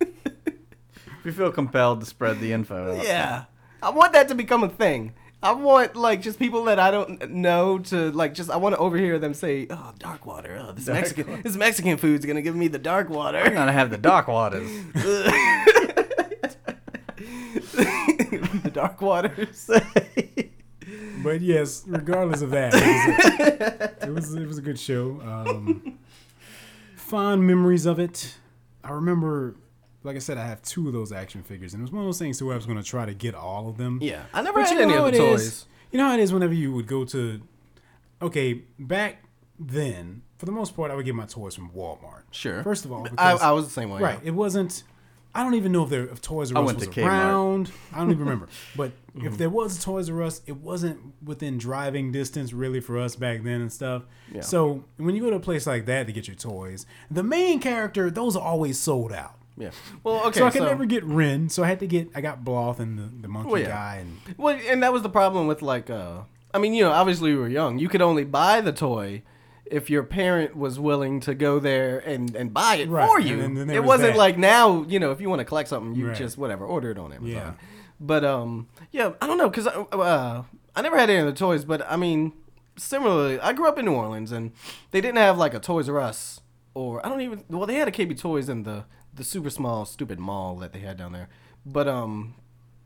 if you feel compelled to spread the info out. yeah, I want that to become a thing. I want like just people that I don't know to like just I want to overhear them say, "Oh, dark water. Oh, this Mexican this Mexican food's gonna give me the dark I'm (laughs) water." gonna have the dock waters. the dark (laughs) waters. But yes, regardless of that, it was a, it was, it was a good show. Um, fond memories of it. I remember Like I said, I have two of those action figures, and it was one of those things to where I was going to try to get all of them. Yeah. I never But had you any know of the how it toys. is- you know how it is whenever you would go to, okay, back then, for the most part, I would get my toys from Walmart. Sure. First of all, I, because- I was the same way. right. It wasn't. I don't even know if there if Toys R I Us went was to Kmart. around. I don't even remember. (laughs) But Mm-hmm. if there was a Toys R Us, it wasn't within driving distance really for us back then and stuff. So when you go to a place like that to get your toys, the main character those are always sold out. Yeah. Well, okay. so I could never get Ren. So I had to get I got Bloth and the, the monkey Well, yeah. guy and (laughs) Well, and that was the problem with like, uh, I mean, you know, obviously we were young. You could only buy the toy if your parent was willing to go there and, and buy it Right, for and you. then- then there it was was not that. like now, you know, if you want to collect something, you Right. just whatever order it on Amazon. Yeah. But um, yeah, I don't know, cause I, uh, I never had any of the toys, but I mean, similarly, I grew up in New Orleans and they didn't have like a Toys R Us or I don't even well they had a KB Toys in the the super small stupid mall that they had down there, but um,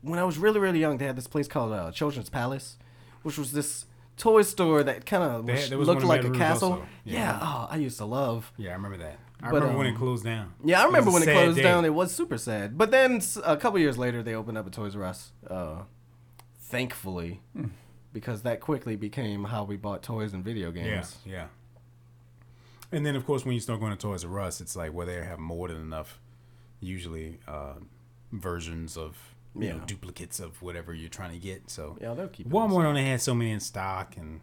when I was really really young, they had this place called uh, Children's Palace, which was this toy store that kind They had- there of was looked one in like a Baton Rouge castle. also. Yeah. Yeah. oh, I used to love. yeah, I remember that. I But, remember when um, it closed down. Yeah, I It was remember a when it sad closed day. down. It was super sad. But then s- a couple years later, they opened up a Toys R Us. Uh, thankfully, Hmm. because that quickly became how we bought toys and video Yeah, games. yeah. And then, of course, when you start going to Toys R Us, it's like where they have more than enough, usually, uh, versions of you know Yeah. duplicates of whatever you're trying to get. So Yeah, they'll keep it in Walmart only had so many in stock, and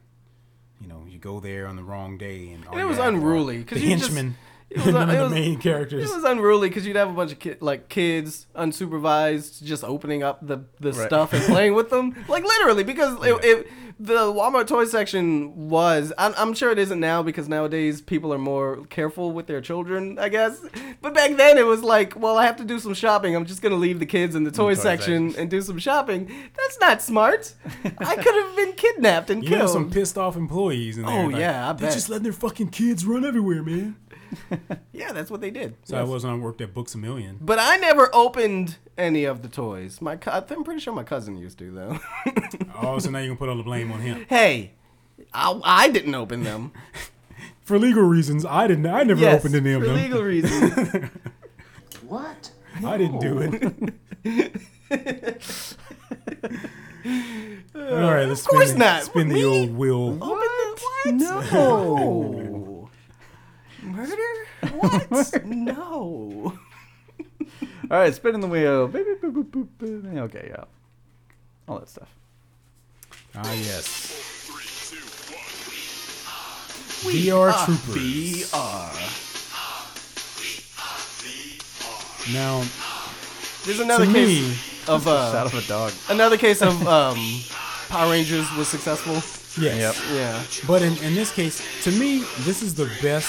you know you go there on the wrong day, and, all And it you was have are unruly because The henchmen, It was, none it of the was- main characters. It was unruly because you'd have a bunch of ki- like kids, unsupervised, just opening up the, the stuff and playing (laughs) with them, like literally. Because it, it, the Walmart toy section was, I'm, I'm sure it isn't now because nowadays people are more careful with their children, I guess. But back then it was like, well, I have to do some shopping. I'm just gonna leave the kids in the toy, toy section and do some shopping. That's (laughs) not smart. I could have been kidnapped and you killed. know some pissed off employees in there. Oh, like, yeah, I they bet. just letting their fucking kids run everywhere, (laughs) man. yeah, that's what they did. So I was when I worked at Books a Million. But I never opened any of the toys. My co- I'm pretty sure my cousin used to though. (laughs) Oh, so now you can put all the blame on him hey, I, I didn't open them. for legal reasons. I didn't. I never yes, opened any of for them. (laughs) legal reasons. What? I didn't do it. (laughs) All right, let's Of course spin, not. spin the Me? old wheel. (laughs) open the what? No. (laughs) Murder? (laughs) What? no. All right, spinning the wheel. Beep, beep, boop, boop, boop, boop. Okay, yeah. All that stuff. Ah, yes. We VR Troopers. Now, There's another To case me- of uh, Out of a dog. another case of um, Power Rangers was successful. yes. Yep. Yeah. But in, in this case, to me, this is the best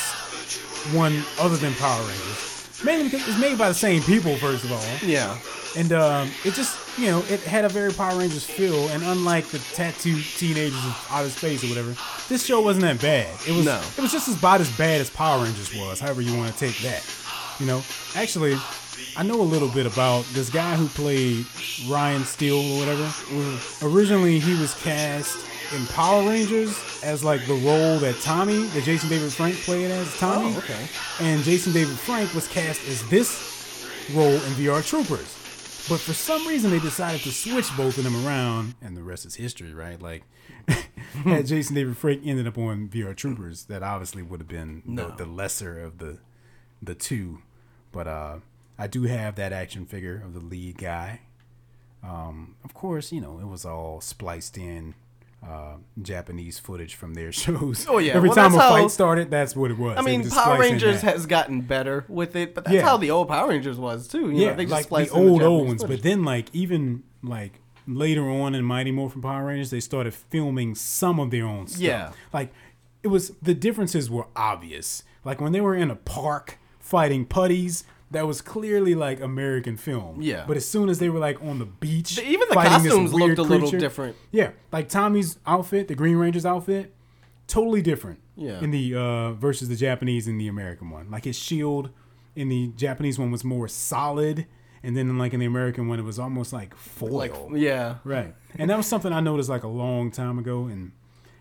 one other than Power Rangers. Mainly because it's made by the same people, first of all. Yeah. And um, it just, you know, it had a very Power Rangers feel. And unlike the tattooed teenagers of outer space or whatever, this show wasn't that bad. It was, No. it was just about as bad as Power Rangers was. However you want to take that, you know. Actually, I know a little bit about this guy who played Ryan Steele or whatever. Mm-hmm. Originally, he was cast in Power Rangers as like the role that Tommy, that Jason David Frank played as Tommy. Oh, okay. And Jason David Frank was cast as this role in VR Troopers. But for some reason, they decided to switch both of them around, and the rest is history, right? Like, (laughs) had Jason David Frank ended up on VR Troopers, that obviously would have been the, the lesser of the the two. But uh, I do have that action figure of the lead guy. Um, of course, you know it was all spliced in uh, Japanese footage from their (laughs) shows. Oh, yeah. Every Well, time a that's how- fight started, that's what it was. I They would mean, just Power splice in Rangers that. has gotten better with it, but that's Yeah. how the old Power Rangers was too. You yeah, know, they just like the spliced in the old old Japanese ones. footage. But then, like even like later on in Mighty Morphin Power Rangers, they started filming some of their own stuff. Yeah. like it was the differences were obvious. Like when they were in a park fighting putties. That was clearly like American film. Yeah. But as soon as they were like on the beach, Even the fighting this costumes weird looked a little creature- different. Yeah, like Tommy's outfit, the Green Ranger's outfit, totally different. Yeah. In the uh, versus the Japanese and the American one, like his shield in the Japanese one was more solid, and then like in the American one, it was almost like foil. like yeah, Right. And that was something I noticed like a long time ago, and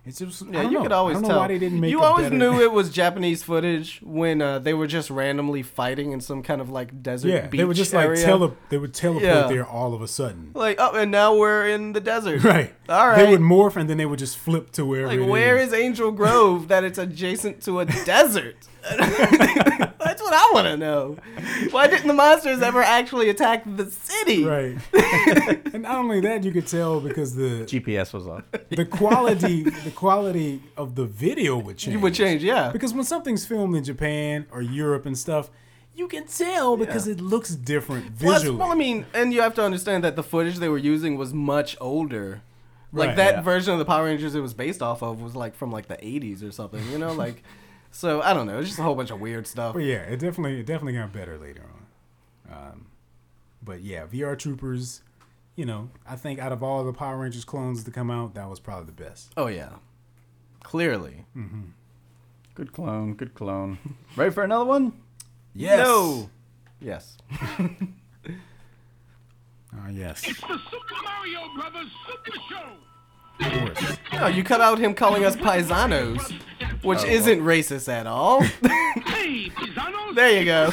It's just I Yeah, don't you know. could always I don't tell. know why they didn't make. you a always better- (laughs) knew it was Japanese footage when uh, they were just randomly fighting in some kind of like desert Yeah, beach they would just like area. tele- they would teleport Yeah. there all of a sudden. (laughs) like, oh, and now we're in the desert. Right. All right. They would morph and then they would just flip to wherever. like, it where is. is Angel Grove that it's adjacent to a desert? (laughs) That's what I want to know. Why didn't the monsters ever actually attack the city? (laughs) Right. and not only that, you could tell because the GPS was (laughs) off. the quality the quality of the video would change. You would change, yeah. Because when something's filmed in Japan or Europe and stuff, you can tell because it looks different Plus, visually. well, I mean, and you have to understand that the footage they were using was much older. Like Right. that Yeah. version of the Power Rangers it was based off of was like from like the 80s or something, you know? Like, (laughs) so I don't know. It's just a whole bunch of weird stuff. but yeah, it definitely it definitely got better later on. Um, but yeah, VR Troopers, you know, I think out of all the Power Rangers clones to come out, that was probably the best. Oh, yeah. Clearly. Good clone, good clone. Ready for another one? Yes. No. Yes. Oh yes. The Super Mario Brothers Super Show. Of course. No, you cut out him calling us paisanos, which isn't racist at all. (laughs) Hey, Pisanos. there you go.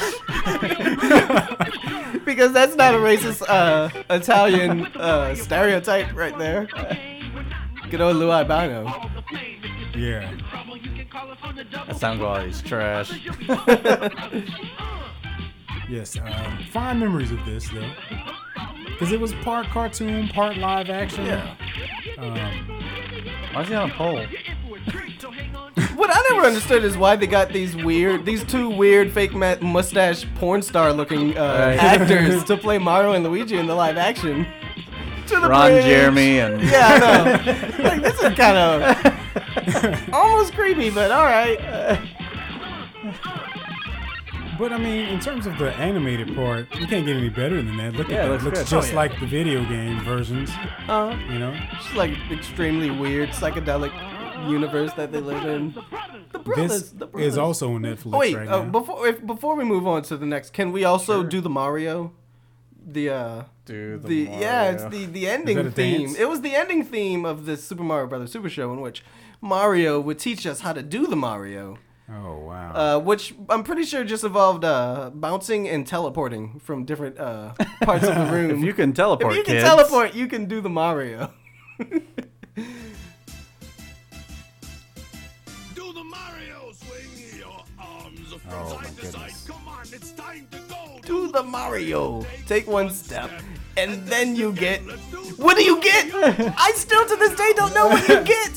(laughs) because that's not a racist uh, Italian uh, stereotype right there. Good old Lou Albano. Yeah. That sound quality is trash. Yes, uh, fond memories of this though, because it was part cartoon, part live action. Yeah. Why is he on a pole? What I never understood is why they got these weird, these two weird fake ma- mustache porn star looking uh, Right. (laughs) actors to play Mario and Luigi in the live action. To the Ron bridge. Jeremy and Yeah, I know. (laughs) like this is kind of (laughs) almost creepy, but all right. Uh, But I mean, in terms of the animated part, you can't get any better than that. Look Yeah, it at that. looks looks good. just Oh, yeah. Uh-huh. like the video game versions. uh, You know, just like extremely weird psychedelic universe that they live in. The brothers. this the brothers. is also on Netflix Oh, wait, right uh, now. before if, before we move on to the next, can we also do the Mario? The uh Do the the yeah, it's Mario. the the ending a theme. dance? It was the ending theme of the Super Mario Brothers Super Show in which Mario would teach us how to do the Mario. oh wow. Uh, which I'm pretty sure just involved uh, bouncing and teleporting from different (laughs) uh, parts of the room. If you can teleport, If you can kids. teleport, you can do the Mario. Do the Mario swing your arms from Oh, my side to side. goodness. Come on, it's time to go. Do the Mario. Take one step, and then you get. Let's do What do you get? I still to this day don't know what you get.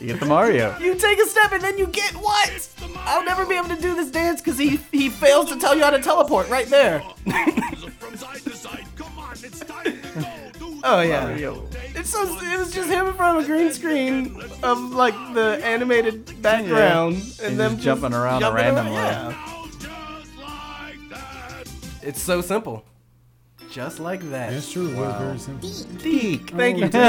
You get the Mario. You take a step, and then you get what? I'll never be able to do this dance because he he fails to tell you how to teleport right there. arms from side to side. Come on, it's time to (laughs) go. Do the Oh yeah. Mario. It's so, it was just him in front of a green screen of like the animated background and And them just jumping around a jumping random around. way. Now just like that. It's so simple. Just like that. That's true. It was very simple. Deek. Thank you. Tim.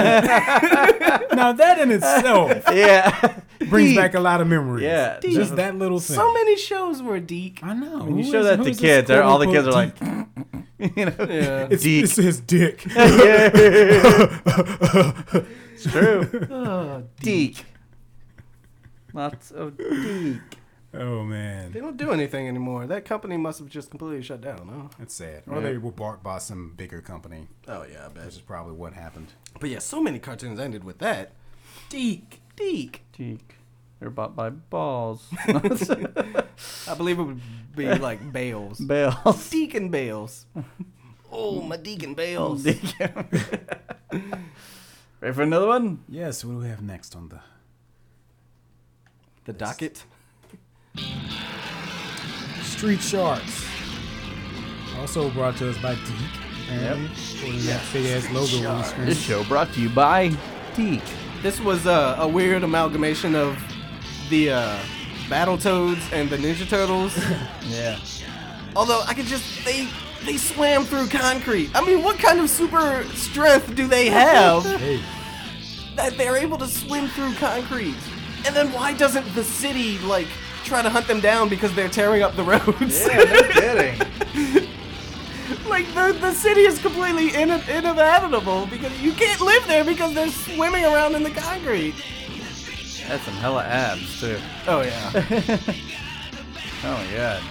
now that in itself (laughs) (laughs) Yeah. brings back a lot of memories. Yeah. Just that little thing. so many shows were deek. I know. When you Who show is- that who to is this kids, they're- all the kids are quote-unquote like, (laughs) you know, (laughs) Yeah. It's, Deke. it's his dick. (laughs) (laughs) it's (laughs) true. Deek. Lots of deek. oh man. They don't do anything anymore. That company must have just completely shut down. That's sad. Or they were bought by some bigger company, Huh? Oh yeah, I which bet. is probably what happened. But yeah, so many cartoons ended with that. Deek, deek. Deek. They're bought by balls. I believe it would be like bales. Bells. Deacon bales. Oh my deacon (laughs) bales. Ready for another one? Yes. What do we have next on the? The docket. Street Sharks. Also brought to us by Deke. Apparently. Putting that big ass logo on the (laughs) screen. This show brought to you by Deek. This was uh, a weird amalgamation of the uh, Battletoads and the Ninja (laughs) Turtles. Yeah. Although I could just they they swam through concrete. I mean, what kind of super strength do they (laughs) have Hey, that they're able to swim through concrete? And then why doesn't the city like try to hunt them down because they're tearing up the roads? (laughs) kidding. like the the city is completely in, inhabitable because you can't live there because they're swimming around in the concrete. That's some hella abs too. (laughs) Oh yeah. Oh yeah.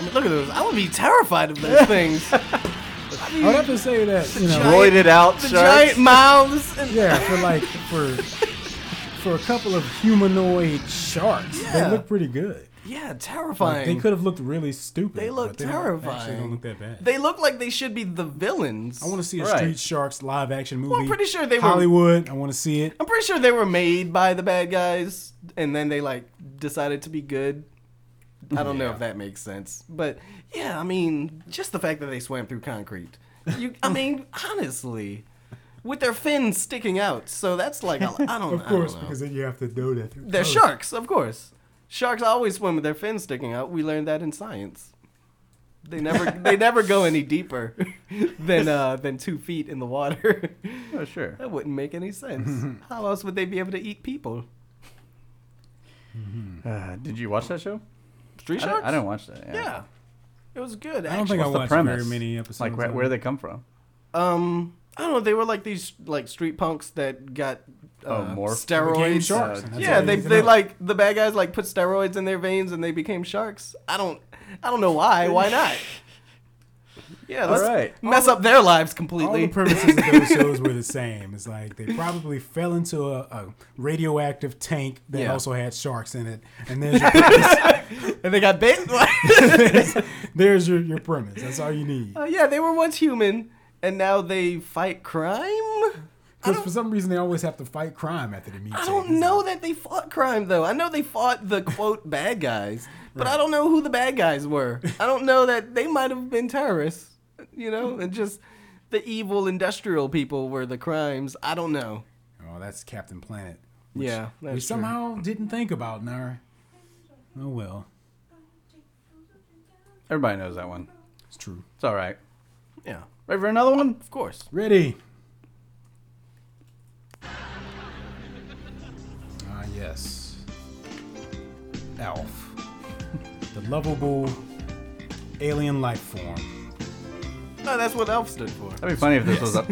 I mean, look at those. I would be terrified (laughs) of those things. I would have to say that you know, Roided out the shirts. giant mouths. And, yeah, for like for for a couple of humanoid sharks, Yeah. they look pretty good. yeah, Like, terrifying. they could have looked really stupid. They look but don't- Actually, terrifying. don't look that bad. They look like they should be the villains. I want to see a Right. Street Sharks live action movie. I'm pretty sure they were- Hollywood. I want to see it. I'm pretty sure they were made by the bad guys, and then they like decided to be good. I don't know if that makes sense, but yeah, I mean, just the fact that they swam through concrete. You, (laughs) I mean, honestly, with their fins sticking out, so that's like a, I (laughs) don't. Of course, I don't know. because then you have to know that they're, They're colored. sharks, of course. Sharks always swim with their fins sticking out. We learned that in science. They never (laughs) they never go any deeper (laughs) than uh, than two feet in the water. (laughs) Oh sure. that wouldn't make any (laughs) sense. How else would they be able to eat people? Uh, did you watch that show? Street I sharks? don't, I don't watch that. Yeah. Yeah, it was good. I don't think Actually. I What's the watched premise? very many episodes. Like where, of where it. they come from? um, I don't know. They were like these like street punks that got uh, Oh, morph. became steroids. sharks. uh, and that's Yeah, how they, eat it they up. like the bad guys like put steroids in their veins and they became sharks. I don't I don't know why. Why (laughs) not? Yeah, let's right. mess up their lives all the completely. premises of those shows (laughs) were the same. It's like they probably fell into a, a radioactive tank that Yeah. also had sharks in it, and there's your (laughs) premise. and they got bit. (laughs) there's your, your premise. That's all you need. Uh, yeah, they were once human and now they fight crime. Because for some reason they always have to fight crime after the meet. I don't know that they fought crime though. I know they fought the quote (laughs) bad guys, but I don't know who the bad guys were. I don't know that they might have been terrorists, you know, and just the evil industrial people were the crimes. I don't know. Oh, that's Captain Planet. yeah, that's we true. somehow didn't think about Nar. Oh well, Everybody knows that one. it's true. It's all right. Yeah, Ready for another one? of course. Ready. Ah yes, Alf, the lovable alien life form. No, that's what Elf stood for. That'd be funny if this was a,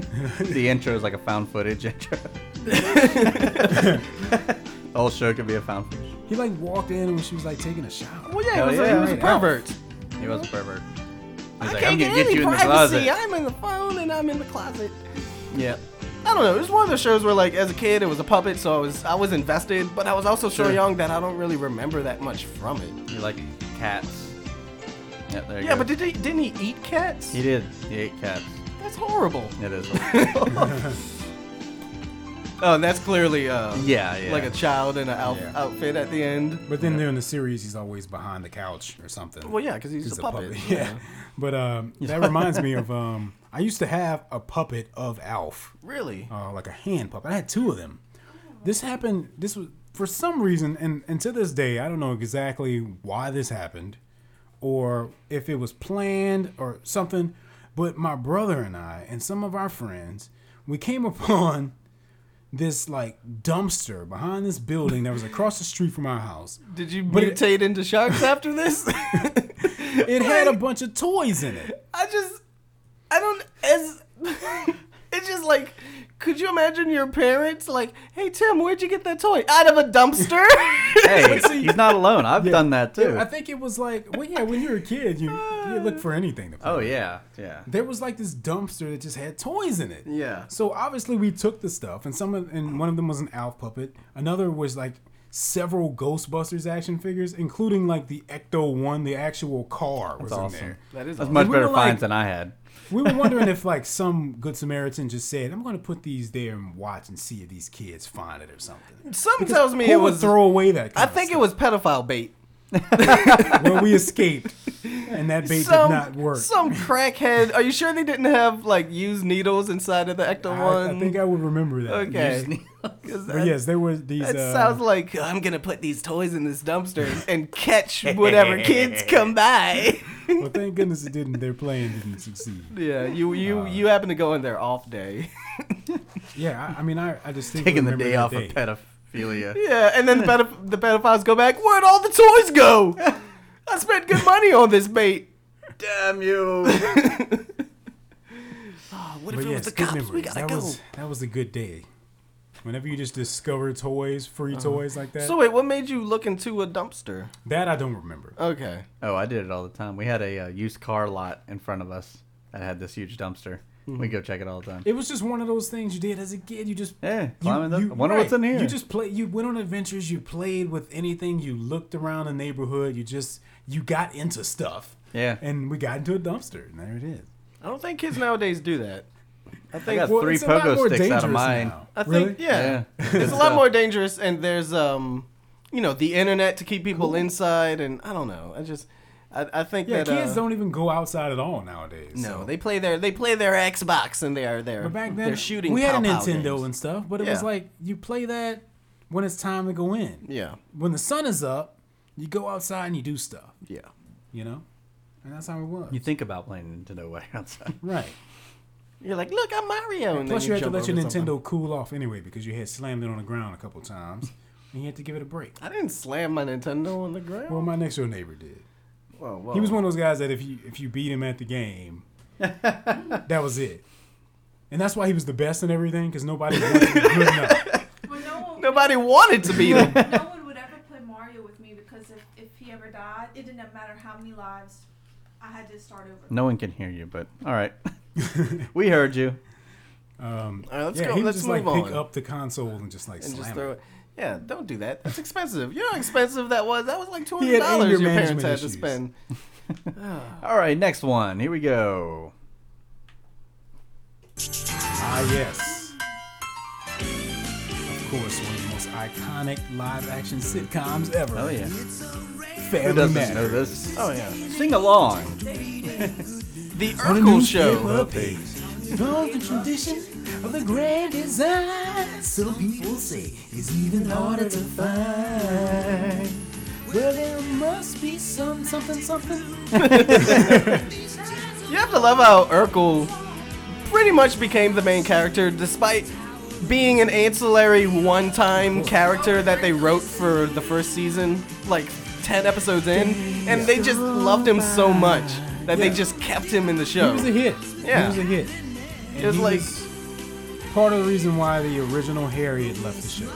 the intro is like a found footage (laughs) intro. the whole show could be a found footage. He like walked in when she was like taking a shower. Well, yeah, he Hell was, A, yeah. he was a Right, Alf. pervert. He was a pervert. He's I like, can't I'm gonna get, get any you in the privacy. closet. I'm in the phone and I'm in the closet. Yeah. I don't know. It was one of those shows where, like, as a kid, it was a puppet, so I was I was invested, but I was also so Sure. young that I don't really remember that much from it. You like cats? Yeah, there you Yeah, go. but did he, didn't he eat cats? he did. He ate cats. That's horrible. It is. (laughs) Oh, and that's clearly uh, yeah, yeah. like a child in an out- Yeah. outfit at the end. But then during the series, he's always behind the couch or something. Well, yeah, because he's, a puppet. (laughs) Yeah. But um, that reminds me (laughs) of um, I used to have a puppet of Alf, Really? uh, like a hand puppet. I had two of them. This happened. This was for some reason, and and to this day, I don't know exactly why this happened, or if it was planned or something. But my brother and I, and some of our friends, we came (laughs) upon this like dumpster behind this building that was across the street from our house. Did you But it- mutate (laughs) into sharks after this? (laughs) It had a bunch of toys in it. I just, I don't, as, (laughs) it's just like, could you imagine your parents like, hey Tim, where'd you get that toy? Out of a dumpster? (laughs) hey, he's not alone. I've done that too. I think it was like, well, yeah, when you were a kid, you, you look for anything to play. oh with. yeah, yeah. There was like this dumpster that just had toys in it. Yeah. So obviously we took the stuff, and some of, and one of them was an Alf puppet. Another was like several Ghostbusters action figures, including like the Ecto One, the actual car was in awesome. there. that is That's much We were better like- finds than I had. We were wondering if like some good Samaritan just said, "I'm going to put these there and watch and see if these kids find it or something." Some tells me Who it would was. throw away that. I kind of think it stuff? was pedophile bait. well, we escaped, and that bait Some did not work. some crackhead. Are you sure they didn't have like used needles inside of the ecto I, one? I think I would remember that. okay. (laughs) 'Cause But that- yes, there were these. That uh, sounds like "Oh, I'm gonna put these toys in this dumpster and (laughs) catch whatever kids come by. well, thank goodness it didn't. Their plan didn't succeed. (laughs) yeah, you you you happen to go in there off day. Yeah, I, I mean, I, I just (laughs) think Taking the remember day that off of pedophilia. (laughs) Yeah, and then the, pedoph- the pedophiles go back. Where'd all the toys (laughs) go? I spent good money on this bait. Damn (laughs) you! Oh, what if But it yes, was the good cops? We memories. gotta that go. was that was a good day. Whenever you just discover toys, free Uh-huh. toys like that, So wait, what made you look into a dumpster? that I don't remember. Okay. Oh, I did it all the time. We had a uh, used car lot in front of us that had this huge dumpster. Mm-hmm. We go check it all the time. It was just one of those things you did as a kid. You just Yeah, you- climbing up. you- I wonder what's in here. You just play. You went on adventures. You played with anything. You looked around the neighborhood. You just you got into stuff. Yeah. and we got into a dumpster, and there it is. I don't think kids nowadays do that. I think got Well, three it's a lot pogo more sticks out of dangerous mine. now. I Really? think yeah. Yeah. (laughs) It's a lot more dangerous and there's um you know, the internet to keep people inside and I don't know. I just I, I think Yeah, that kids uh, don't even go outside at all nowadays. No, so. they play their they play their Xbox and they are there. But back then, they're shooting. we had a pow-pow Nintendo games. and stuff, but it Yeah. was like you play that when it's time to go in. Yeah. When the sun is up, you go outside and you do stuff. Yeah. You know, and that's how it was. You think about playing Nintendo way outside. right. You're like, look, I'm Mario. And Plus, then you had to jump let your over Nintendo something. cool off anyway because you had slammed it on the ground a couple times, and you had to give it a break. I didn't slam my Nintendo on the ground. Well, my next door neighbor did. Whoa, whoa. He was one of those guys that if you if you beat him at the (laughs) game, that was it. And that's why he was the best in everything because nobody was good enough. Well, no (laughs) one, Nobody wanted to be (laughs) there. no one would ever play Mario with me because if, if he ever died, it didn't matter how many lives, I had to start over. No one can hear you, but all (laughs) right. we heard you. All right, let's yeah, go. he would Let's just move like on. pick up the console and just like and slam just it. throw it. Yeah, don't do that. That's expensive. You know how expensive that was. That was like two He had anger hundred dollars your parents management had issues. to spend. All right, next one. Here we go. Ah, yes. Of course, one of the most iconic live-action sitcoms ever. Oh yeah. Who Family doesn't Matters. know this? Oh yeah, Sing along. the Urkel show. From the tradition of the grand design, so people say it's even harder to find. Well, there must be some something something. You have to love how Urkel pretty much became the main character, despite being an ancillary one-time character that they wrote for the first season, like ten episodes in, and they just loved him so much that they just kept him in the He show. was a hit. Yeah. He was a hit. And It was he like part of the reason why the original Harriet left the show.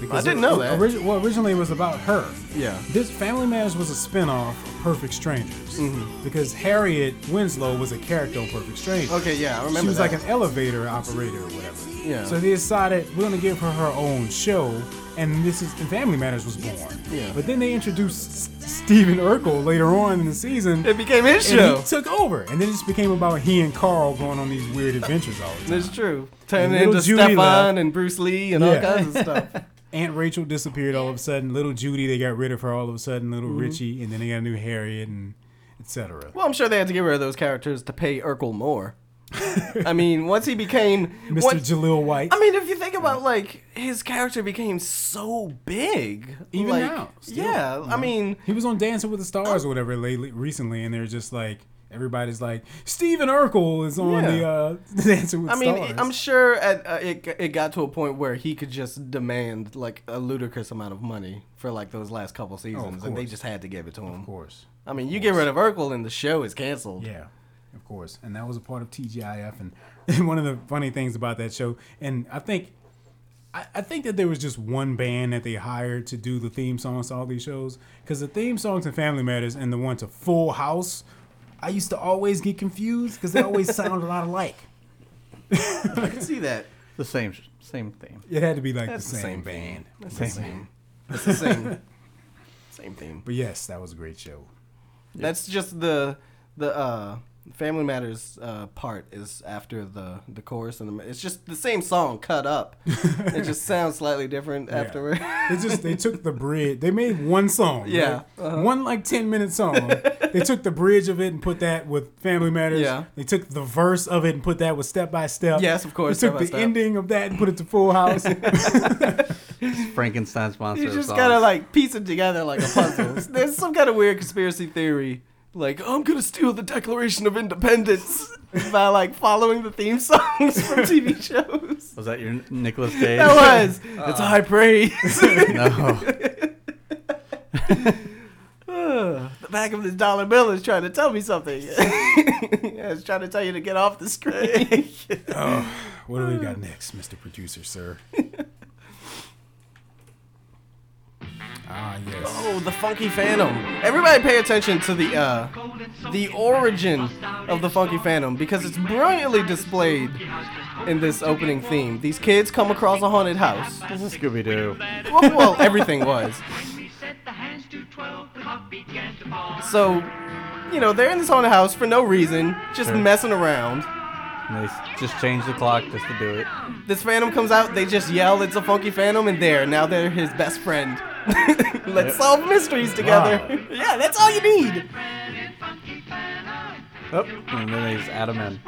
Because didn't know it- that. origi- well, originally it was about her. Yeah. This Family Matters was a spinoff of Perfect Strangers. Mm-hmm. Because Harriet Winslow was a character on Perfect Strangers. okay, yeah, I remember She was that. like an elevator operator or whatever. Yeah. So they decided we're gonna give her her own show, and this is and Family Matters was born. Yeah. But then they introduced S- Steven Urkel later on in the season. it became his and show. he took over, and then it just became about he and Carl going on these weird adventures all the time. That's true. Turning little into Judy Stefan left. and Bruce Lee and all Yeah. (laughs) kinds of stuff. Aunt Rachel disappeared all of a sudden. Little Judy, they got rid of her all of a sudden. Little Richie, and then they got a new Harriet, and etc. Mm-hmm. Well, I'm sure they had to get rid of those characters to pay (laughs) Urkel more. I mean, once he became Mr. once- Jaleel White. I mean, if you think about like his character became so big, Even like, now, still, yeah. I mean, He was on Dancing with the Stars or whatever lately, recently, and they're just like everybody's like Steven Urkel is on Yeah. the uh, (laughs) Dancing with I mean, Stars. I'm sure at, uh, it it got to a point where he could just demand like a ludicrous amount of money for like those last couple seasons, and they Oh, course. just had to give it to him. of course, I mean, you get rid of Urkel and the show is canceled. yeah, of course, and that was a part of TGIF. And, (laughs) and one of the funny things about that show, and I think, I, I think that there was just one band that they hired to do the theme songs to all these shows because the theme song to Family Matters and the one to Full House, I used to always get confused because they (laughs) always sound a lot alike. I can see that. The same, sh- same theme. It had to be like That's the same, thing. band. That's the same. That's (laughs) the same. same theme. But yes, that was a great show. That's just the the uh, Family Matters uh, part is after the the chorus and the, it's just the same song cut up. it just sounds slightly different afterward. (laughs) they just they took the bridge. They made one song. Yeah, uh-huh. right? one like ten minute (laughs) song. they took the bridge of it and put that with Family Matters. Yeah. They took the verse of it and put that with Step by Step. Yes, of course, They Step took by the Step. ending of that and put it to Full (laughs) House. Frankenstein's monster. you of just songs. gotta like piece it together like a puzzle. There's some kind of weird conspiracy theory. Like I'm gonna steal the Declaration of Independence by like following the theme songs from TV shows. Was that your N- (laughs) Nicolas Cage? That was. (laughs) It's high praise. (laughs) no. the back of this dollar bill is trying to tell me something. (laughs) yeah, it's trying to tell you to get off the screen. (laughs) what do we got next, Mr. Producer, sir? Ah, yes. Oh, the Funky Phantom. Everybody pay attention to the uh the origin of the Funky Phantom because it's brilliantly displayed in this opening theme. These kids come across a haunted house. This is Scooby Doo. Well, well everything was. So, you know, they're in this haunted house for no reason, just Sure. messing around. And they s- just change the clock just to do it. This phantom comes out, they just yell, it's a funky phantom, and there, now they're his best friend. (laughs) Let's solve mysteries together. Wow. (laughs) yeah, that's all you need. Oh, and then they just add them in.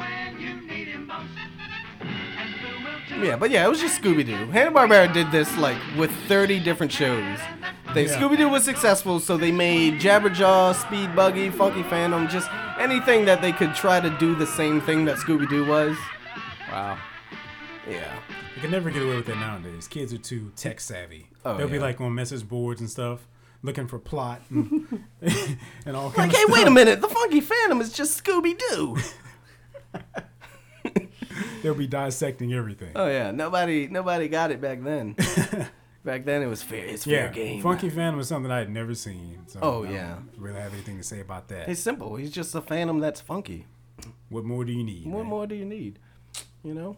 Yeah, but yeah, it was just Scooby Doo. Hanna Barbera did this like with 30 different shows. They Yeah. Scooby Doo was successful, so they made Jabberjaw, Speed Buggy, Funky Phantom, just anything that they could try to do the same thing that Scooby Doo was. Wow. Yeah. You can never get away with that nowadays. Kids are too tech savvy. Oh, They'll be yeah. like on message boards and stuff, looking for plot (laughs) and, (laughs) and all Like, kinds hey, of wait a stuff. minute, the Funky Phantom is just Scooby (laughs) Doo. They'll be dissecting everything. oh yeah, nobody nobody got it (laughs) back then. back then it was fair. It's fair yeah, game. Funky Phantom was something I had never seen. So Oh, I don't yeah. really have anything to say about that. It's simple. He's just a phantom that's funky. what more do you need? What man? (laughs) more (laughs) do you need? You know?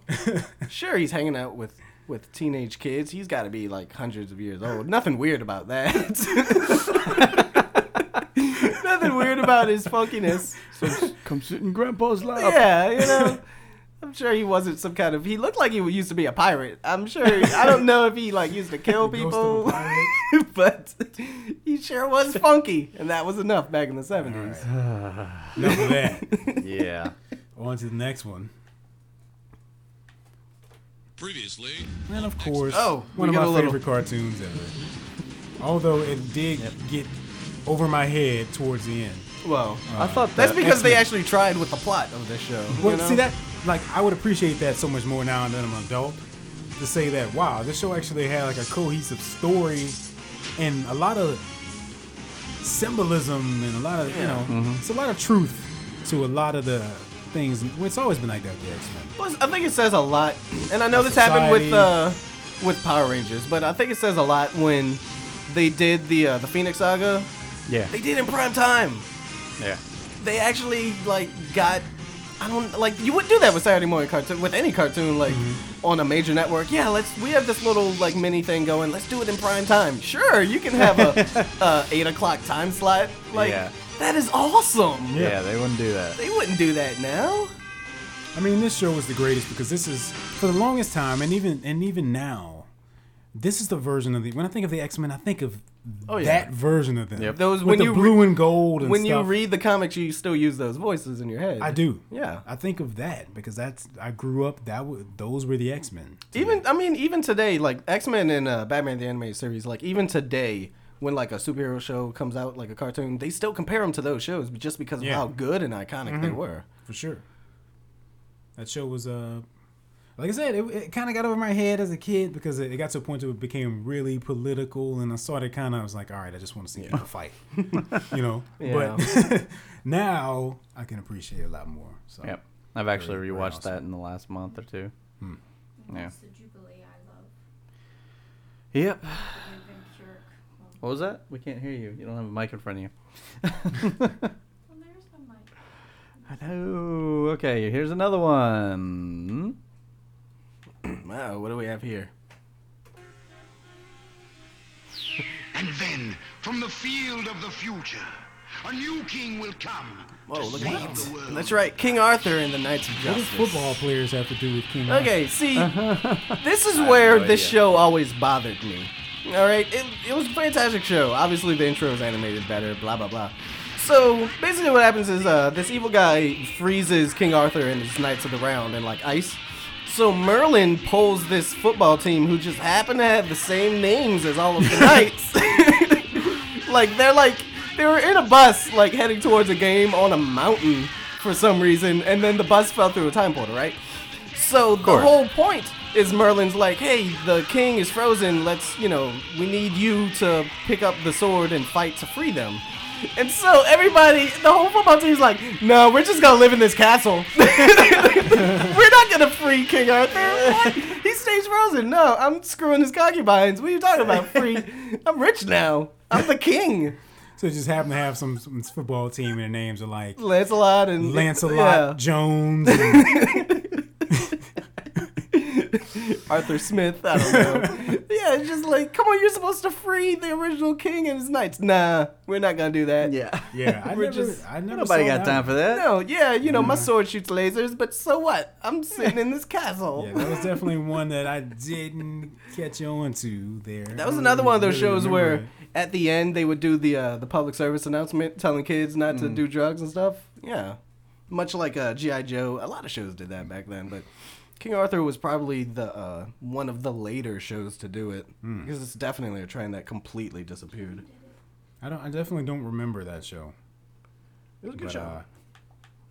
sure, he's hanging out with with teenage kids. He's got to be like hundreds of years old. Nothing weird about that. (laughs) Nothing weird about (laughs) his funkiness. Come sit in Grandpa's lap. Yeah, you know. I'm sure he wasn't some kind of. He looked like he used to be a pirate. I'm sure. I don't know if he like (laughs) used to kill The ghost of a people, pirate? (laughs) but he sure was funky, and that was enough back in the '70s. (laughs) Enough of that. Yeah. on to the next one. Previously, And of course, Oh, one of we my got a little- favorite cartoons ever. Although it did get over my head towards the end. Well, I thought that's that- because they actually tried with the plot of this show. you Well, know? see that, like, I would appreciate that so much more now that I'm an adult. To say that, wow, this show actually had like a cohesive story and a lot of symbolism and a lot of, you know, Mm-hmm. it's a lot of truth to a lot of the things. Well, it's always been like that with the X-Men. Well, I think it says a lot, and I know The this happened with society. uh, with Power Rangers, but I think it says a lot when they did the uh, the Phoenix Saga. (laughs) Yeah. They did in prime time. Yeah. They actually like got. I don't like you would do that with Saturday morning cartoon with any cartoon like on a major network. Yeah, let's we have this little like mini thing going. Let's do it in prime time. Sure, you can have a, a eight o'clock time slot. Like Yeah. that is awesome. Yeah, they wouldn't do that. They wouldn't do that now. I mean, this show was the greatest because this is for the longest time, and even and even now, this is the version of the. When I think of the X-Men, I think of Oh, yeah. that version of them. Those- with when the you re- blue and gold and when you stuff. read the comics, you still use those voices in your head. I do. Yeah. I think of that because that's I grew up. That w- those were the X Men. Even I mean, even today, like X Men and uh, Batman the animated series, like even today, when like a superhero show comes out, like a cartoon, they still compare them to those shows, but just because Yeah. Mm-hmm. of how good and iconic they were. for sure. That show was uh, like I said, it, it kind of got over my head as a kid because it, it got to a point where it became really political, and I started kind of I was like, all right, I just want to see people fight, (laughs) you know. But (laughs) now I can appreciate it a lot more. So Yep. I've actually Very- very rewatched awesome. Hmm. that in the last month or two. Yeah. It's the Jubilee I love. Yep. You've been pure. What was that? We can't hear you. You don't have a mic in front of you. (laughs) Well, there's no mic. I know. Okay, here's another one. Wow, what do we have here? And then, from the field of the future, a new king will come. Whoa, Oh, look at Save the that! world. That's right, King Arthur and the Knights of what does Justice. football players have to do with King? Arthur? (laughs) Okay, see, this is where no this idea. show always bothered me. All right, it, it was a fantastic show. Obviously, the intro was animated better, blah, blah, blah. So, basically, what happens is uh, this evil guy freezes King Arthur and his Knights of the Round in like ice. So, Merlin pulls this football team who just happen to have the same names as all of (laughs) the Knights. (laughs) like, they're like, they were in a bus, like, heading towards a game on a mountain for some reason, and then the bus fell through a time portal, right? So the whole point is Merlin's like, hey, the king is frozen. Let's, you know, we need you to pick up the sword and fight to free them. And so everybody, the whole football team's like, no, we're just gonna live in this castle. (laughs) we're not gonna free King Arthur. What? He stays frozen. No, I'm screwing his concubines. What are you talking about? Free? I'm rich now. I'm the king. So just happen to have some, some football team and their names are like Lancelot and Lancelot yeah. Jones. and- Arthur Smith. I don't know. yeah, it's just like, come on, you're supposed to free the original king and his knights. Nah, we're not gonna do that. Yeah. yeah, I We're never, just- I never Nobody saw got that. time for that. No, yeah, you know, my sword shoots lasers, but so what? I'm sitting in this castle. Yeah, that was definitely one that I didn't catch on to there. That was another one of those Really shows remember where it. at the end they would do the uh, the public service announcement telling kids not to do drugs and stuff. Yeah. Much like uh, G.I. Joe, a lot of shows did that back then, but King Arthur was probably the uh, one of the later shows to do it Hmm. because it's definitely a trend that completely disappeared. I don't. I definitely don't remember that show. It was a good But, show. uh,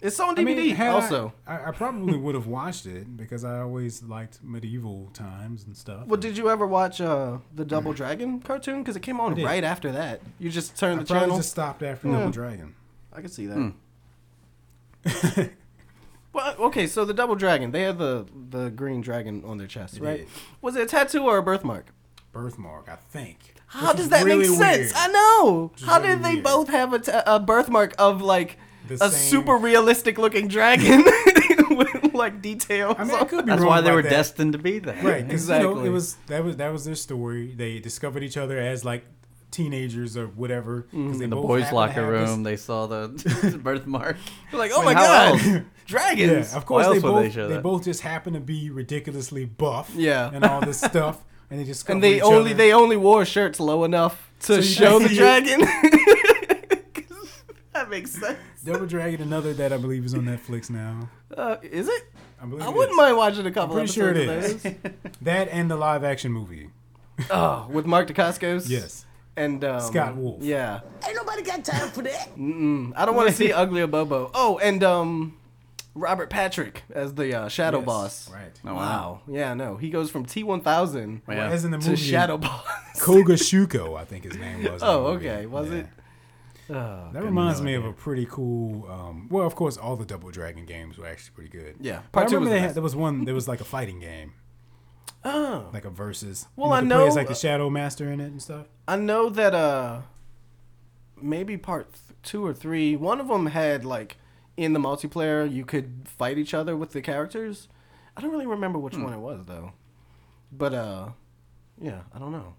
it's on DVD I mean, had I- also. I, I probably would have watched it because I always liked medieval times and stuff. well, did you ever watch uh, the Double Dragon cartoon? Because it came on did. right after that. You just turned I the channel. probably just stopped after Double Dragon. I can see that. Mm. (laughs) well, uh, okay, so the double dragon, they had the the green dragon on their chest, right? did. Was it a tattoo or a birthmark? Birthmark, I think. How Which does is that really make sense? weird. I know. is How really did they weird. both have a, ta- a birthmark of like The a same- super realistic looking dragon (laughs) with like details? I mean, I could be That's wrong why they about were that. destined to be there. Right, because you know, Exactly. it was that was that was their story. They discovered each other as like teenagers or whatever. 'cause Mm-hmm. they In the both boys' happened to locker have this- room, they saw the (laughs) (laughs) birthmark. You're like, oh Wait, my how god, else? dragons! Yeah, of course Why they else would they both show they that? both just happen to be ridiculously buff. Yeah. and all this stuff, and they just (laughs) and they only they only wore shirts low enough to you show can the see dragon. (laughs) that makes sense. Double Dragon, another that I believe is on Netflix now. Uh, is it? I believe I it is. wouldn't mind watching a couple pretty episodes sure it of is. those. (laughs) that and the live action movie. oh, with Mark DeCascos. Yes. And um, Scott Wolf. Yeah. Ain't nobody got time for that. I don't want to see (laughs) Ugly Abobo. Oh, and um, Robert Patrick as the uh, Shadow Yes, Boss. Right. Oh, Wow. Yeah, no. He goes from T1000 Yeah. As in the to movie Shadow Boss. Kogashuko, I think his name was. in Oh, the movie. okay. Was Yeah. it? Oh, That reminds me of a pretty cool. Um, well, of course, all the Double Dragon games were actually pretty good. Yeah. But I Part two remember was the they best. had, there was one. There was like a fighting game, oh. like a versus. Well, you I could play as know- like the Shadow Master in it and stuff. I know that uh, maybe part th- two or three. One of them had like in the multiplayer you could fight each other with the characters. I don't really remember which Hmm. one it was though. But uh, yeah, I don't know.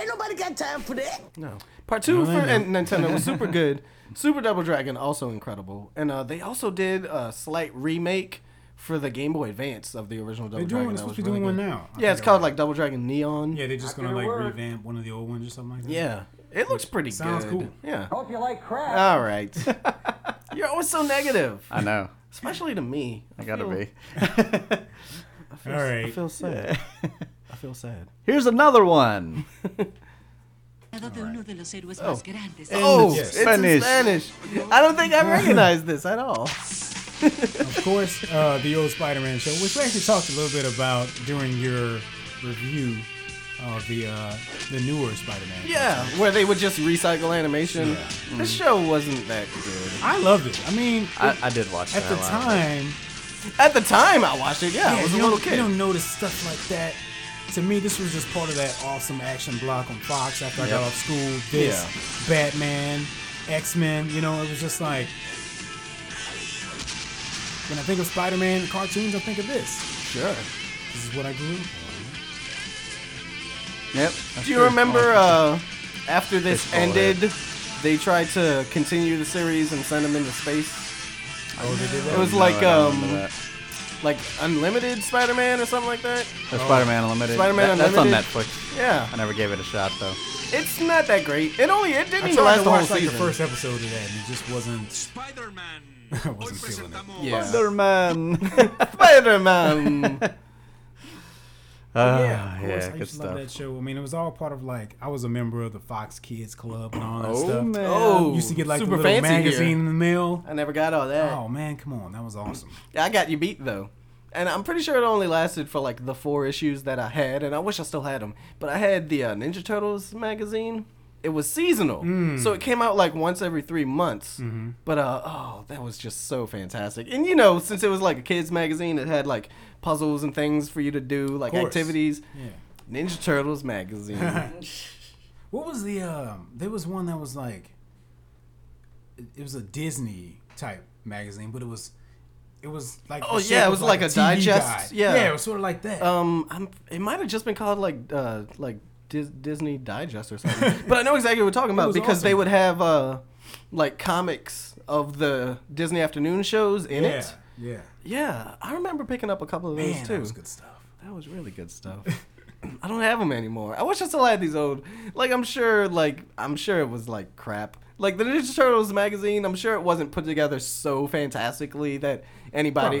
Ain't nobody got time for that. No. Part two for I know. and Nintendo (laughs) was super good. Super Double Dragon also incredible, and uh, they also did a slight remake for the Game Boy Advance of the original Double They're doing. Dragon. They're That supposed was to be doing one really good. now. I Yeah, it's think I called read. like Double Dragon Neon. Yeah, they're just gonna like revamp one of the old ones or something like that. Yeah, it looks pretty sounds good. cool. Yeah. Hope you like crap. (laughs) All right. You're always so negative, I know. especially to me. I gotta feel- be. All I right. feel sad. I feel sad. Here's another one. Oh. Oh, Oh, yes. it's in Spanish. I don't think (laughs) I recognize this at all. Of course, uh, the old Spider-Man show, which we actually talked a little bit about during your review of the uh, the newer Spider-Man. Yeah, where they would just recycle animation. This show wasn't that good. I loved it. I mean, I, I did watch at that the a lot. time. At the time, I watched it. Yeah, I was a you little don't- You kid. don't notice stuff like that. To me, this was just part of that awesome action block on Fox after I got Yep. off school. This, Batman, X Men, you know, it was just like. When I think of Spider Man cartoons, I think of this. Sure. This is what I grew up on. Yep. Do you remember uh, after this Baseball ended, they tried to continue the series and send them into space? Oh, they did It was No, I like don't remember um, that. like Unlimited Spider-Man or something like that. The Oh. Spider-Man Unlimited. Spider-Man That- that's on Unlimited. Netflix. Yeah, I never gave it a shot (laughs) though. it's not that great. It only it didn't I even tried last to the whole watch like the season. first episode of that, and it just wasn't. Spider-Man. (laughs) I wasn't feeling it. yeah, Spider-Man. (laughs) Spider-Man. (laughs) Ah, Of course, yeah, I good used to love stuff. that show. I mean, it was all part of like I was a member of the Fox Kids Club and all that Oh, stuff. man. oh, used to get like the super little fancy here. magazine in the mail. I never got all that. Oh man, come on, that was awesome. I got you beat though. And I'm pretty sure it only lasted for like the four issues that I had, and I wish I still had them. But I had the uh, Ninja Turtles magazine. It was seasonal, so it came out like once every three months. But uh, oh, that was just so fantastic. And you know, since it was like a kids magazine, it had like puzzles and things for you to do, like course. activities. Yeah. Ninja Turtles magazine. What was the um? There was one that was like. it- It was a Disney type magazine, but it was, it was like. the Oh shape yeah, it of, was like, a, TV digest. guide. Yeah, yeah, it was sort of like that. Um, I'm, it might have just been called like uh like Dis- Disney Digest or something. (laughs) but I know exactly what we're talking about was because they awesome. would have uh like comics of the Disney afternoon shows in yeah, it. yeah. Yeah, I remember picking up a couple of those Man, too. that was good stuff. That was really good stuff. I don't have them anymore. I wish I still had these old. Like I'm sure, like I'm sure it was like crap. Like the Ninja Turtles magazine, I'm sure it wasn't put together so fantastically that anybody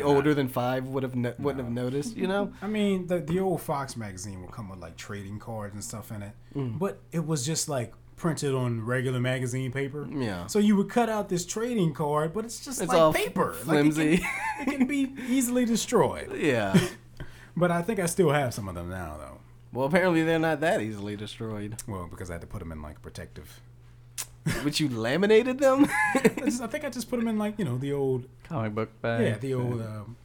Probably not. older than five would have no- wouldn't have noticed. (laughs) You know? I mean, the the old Fox magazine would come with like trading cards and stuff in it, Mm. but it was just like printed on regular magazine paper. Yeah. So you would cut out this trading card, but it's just It's like all paper, flimsy. Like (laughs) it, can, it can be easily destroyed. yeah. But I think I still have some of them now, though. Well, apparently they're not that easily (laughs) destroyed. Well, because I had to put them in like protective. But you laminated them. I, just, I think I just put them in like you know the old Comic book bag. yeah the old. Um,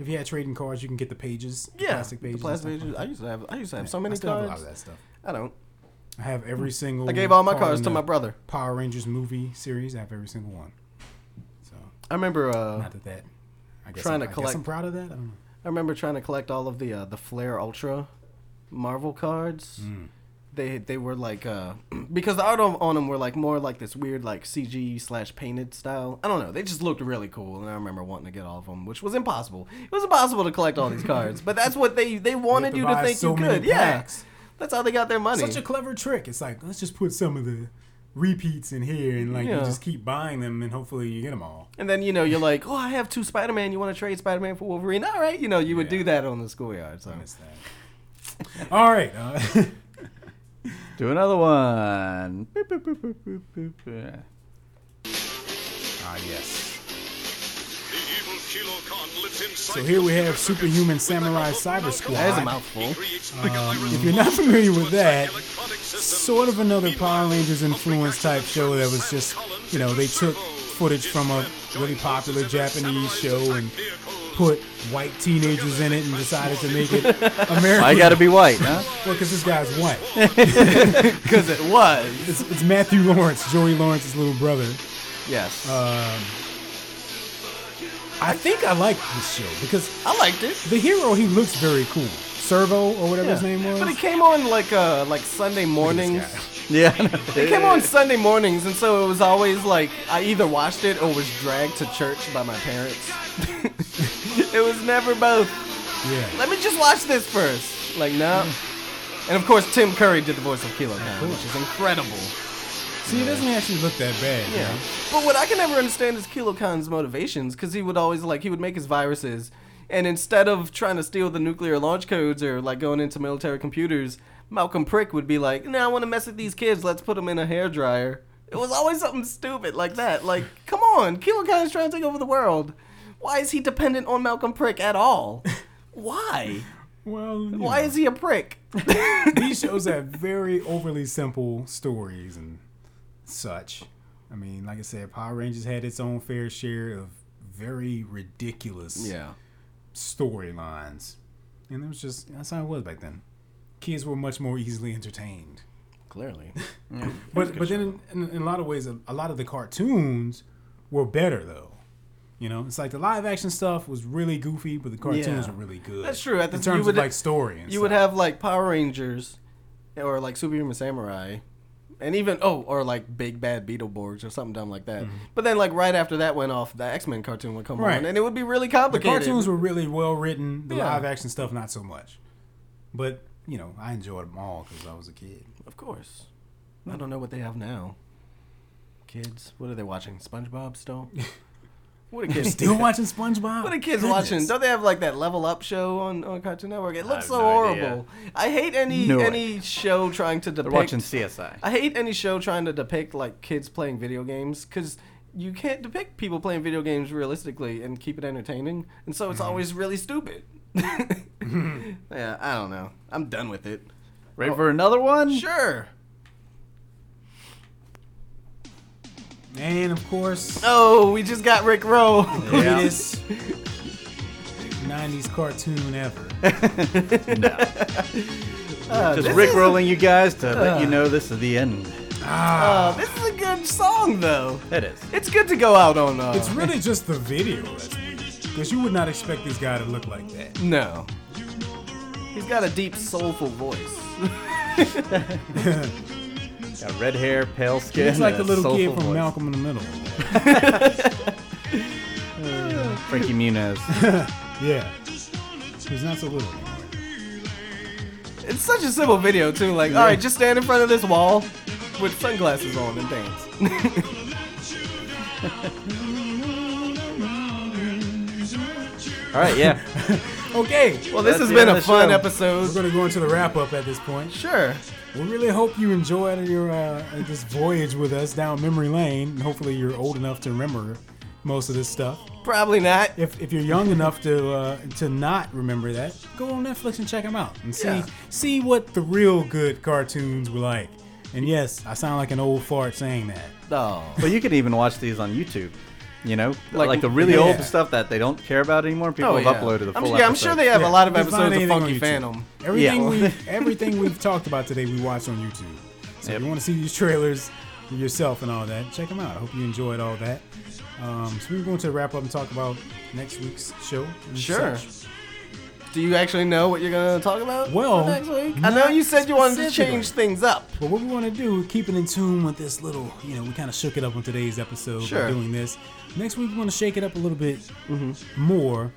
if you had trading cards, you can get the pages, the (laughs) yeah. plastic pages. The and stuff plastic like pages. I used to have. I used to have so that. many I still have a lot cards. of that stuff. I don't. I have every single. I gave all my card cards in to the my brother. Power Rangers movie series. I have every single one. So I remember. Uh, not that that. I guess Trying I'm, to I guess I'm collect- proud of that. I don't know. I remember trying to collect all of the uh, the Flare Ultra Marvel cards. Mm. They they were like uh, (clears throat) because the art on, on them were like more like this weird like CG slash painted style. I don't know. They just looked really cool, and I remember wanting to get all of them, which was impossible. It was impossible to collect all these cards, but that's what they they wanted to you, buy to think so you many could. Yeah, packs. that's how they got their money. Such a clever trick. It's like let's just put some of the repeats in here, and like you Yeah. just keep buying them, and hopefully you get them all. and then you know you're like, oh, I have two Spider Man. You want to trade Spider Man for Wolverine? All right, you know you would Yeah. do that on the schoolyard. So Miss that. (laughs) all right. Uh, Do another one. Boop, boop, boop, boop, boop, boop, yeah. ah yes. The evil Kilo Khan lives inside So here we the have supermarket. Superhuman Samurai Cyber that is a Squad. mouthful. If you're not familiar with that, sort of another Power Rangers influence type show that was just, you know, they took footage from a really popular Japanese show and put white teenagers in it and decided to make it American. I gotta be white, (laughs) huh? Well, because this guy's white. Because it was It's, it's Matthew Lawrence, Joey Lawrence's little brother. yes. Uh, I think I like this show because I liked it. the hero, he looks very cool. Servo or whatever his name was. But it came on like uh like Sunday mornings. Yeah. It came on Sunday mornings, and so it was always like I either watched it or was dragged to church by my parents. (laughs) it was never both. Yeah. Let me just watch this first. Like no. And of course, Tim Curry did the voice of Kilo Khan, which is incredible. See, it doesn't actually look that bad. you know? But what I can never understand is Kilo Khan's motivations, because he would always like he would make his viruses, and instead of trying to steal the nuclear launch codes or like going into military computers, Malcolm Prick would be like, "No, I want to mess with these kids. Let's put them in a hairdryer." It was always something stupid like that. Like, come on, Kilo Khan's trying to take over the world. Why is he dependent on Malcolm Prick (laughs) at all? Why? Well, you Why know. is he a prick? these shows have very overly simple stories and such. I mean, like I said, Power Rangers had its own fair share of very ridiculous storylines, and it was just that's how it was back then. Kids were much more easily entertained, clearly. but but then in, in, in a lot of ways, a, a lot of the cartoons were better though. You know, it's like the live action stuff was really goofy, but the cartoons Yeah. were really good. That's true. At the- in you terms would- of like story, and you would stuff. have like Power Rangers, or like Superhuman Samurai, and even oh, or like Big Bad Beetleborgs or something dumb like that. But then like right after that went off, the X Men cartoon would come Mm-hmm. Right. on, and it would be really the complicated. cartoons were really well written. The Yeah. live action stuff, not so much. But you know, I enjoyed them all because I was a kid. of course. I don't know what they have now. Kids, what are they watching? SpongeBob (laughs) still? what are (laughs) kids Still watching SpongeBob. What are kids Goodness. watching? Don't they have like that Level Up show on, on Cartoon Network? It have looks so no idea. horrible. I hate any No any show trying to They're depict watching CSI. I hate any show trying to depict like kids playing video games because you can't depict people playing video games realistically and keep it entertaining, and so it's Mm-hmm. always (laughs) really stupid. (laughs) yeah, I don't know. I'm done (laughs) with it. Ready for another one? Sure. And of course, Oh, we just got Rick Rowe. (laughs) greatest '90s cartoon ever. Uh, Just this Rick is- rolling you guys to let you Uh. know this is the end. Uh, (laughs) this is a good song though. It is. It's good to go out on. Uh, It's really just the video that's because you would not expect this guy to look like that. no. He's got a deep, soulful voice. Got red hair, pale He skin. looks like and the a little kid soulful from voice. Malcolm in the Middle. Frankie Muniz. (laughs) Yeah, he's not so little. anymore. It's such a simple video too. Like, all right, just stand in front of this wall with sunglasses on and dance. All right, yeah. Okay, Well, That's this has the been end a of the fun show. we're episode. gonna go into the wrap up at this point. Sure. We really hope you enjoyed your uh, this voyage with us down memory lane. And hopefully, you're old enough to remember most of this stuff. (laughs) Probably not. If, if you're young enough to uh, to not remember that, go on Netflix and check them out and see Yeah. see what the real good cartoons were like. And yes, I sound like an old fart saying that. No. Well, you can even watch these on YouTube. You know, Like- like, the really old yeah. stuff that they don't care about anymore. People Oh, have yeah. uploaded the I'm, full. Yeah, I'm sure episode. they have Yeah, a lot of you can find episodes of anything on Funky YouTube. Phantom. Everything Yeah. we (laughs) everything we've talked about today, we watched on YouTube. So if Yep. you want to see these trailers yourself and all that, check them out. I hope you enjoyed all that. Um, so we're going to wrap up and talk about next week's show. and Sure. such. Do you actually know what you're gonna talk about? Well, for next week. I not know you said you wanted to specifically. change things up. But what we want to do, keeping in tune with this little, you know, we kind of shook it up on today's episode Sure. Mm-hmm. by doing this. Next week, we want to shake it up a little bit more.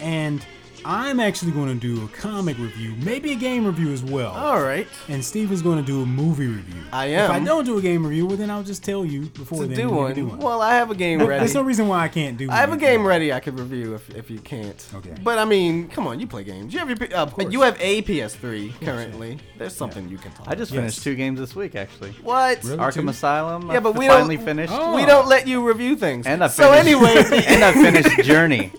And I'm actually going to do a comic review, maybe a game review as well. All right. And Steve is going to do a movie review. I If I am. don't do a game review, well, then I'll just tell you before To then. do and you can one. Well, I have a game There's ready. no reason why I can't do I have a one. game ready I could review if, if you can't. Okay. But I mean, come on, you play games. You have your P- uh, course. you have a PS3 currently. There's something you can talk. I just Yes. finished two games this week, actually. what? Really? Arkham Two? Asylum. Yeah, I but we finally don't- finished. Oh. We don't let you review things. And I so finished. anyway, (laughs) and I (laughs) finished Journey.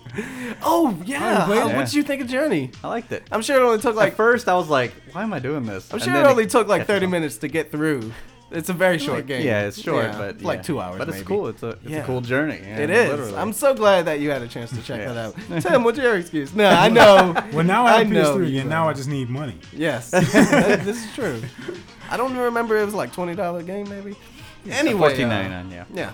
oh yeah, played How- it. what did you think of Journey? I liked it. I'm sure it only took like At first, I was like, "Why am I doing this?" I'm And sure then it only took like catches 30 on. minutes to get through. It's a very short game. Yeah, it's short, Yeah, but like yeah. two hours. But it's maybe. cool. It's a it's Yeah. a cool journey. Yeah, It is. literally. I'm so glad that you had a chance to check Yeah. that (laughs) out. Tim, what's your excuse? No, I know. Well, now I have I know PS3 you again. Now I just need money. (laughs) yes, That- this is true. I don't remember. It was like twenty dollar game maybe. Anyway, fourteen uh, ninety nine. Yeah. yeah.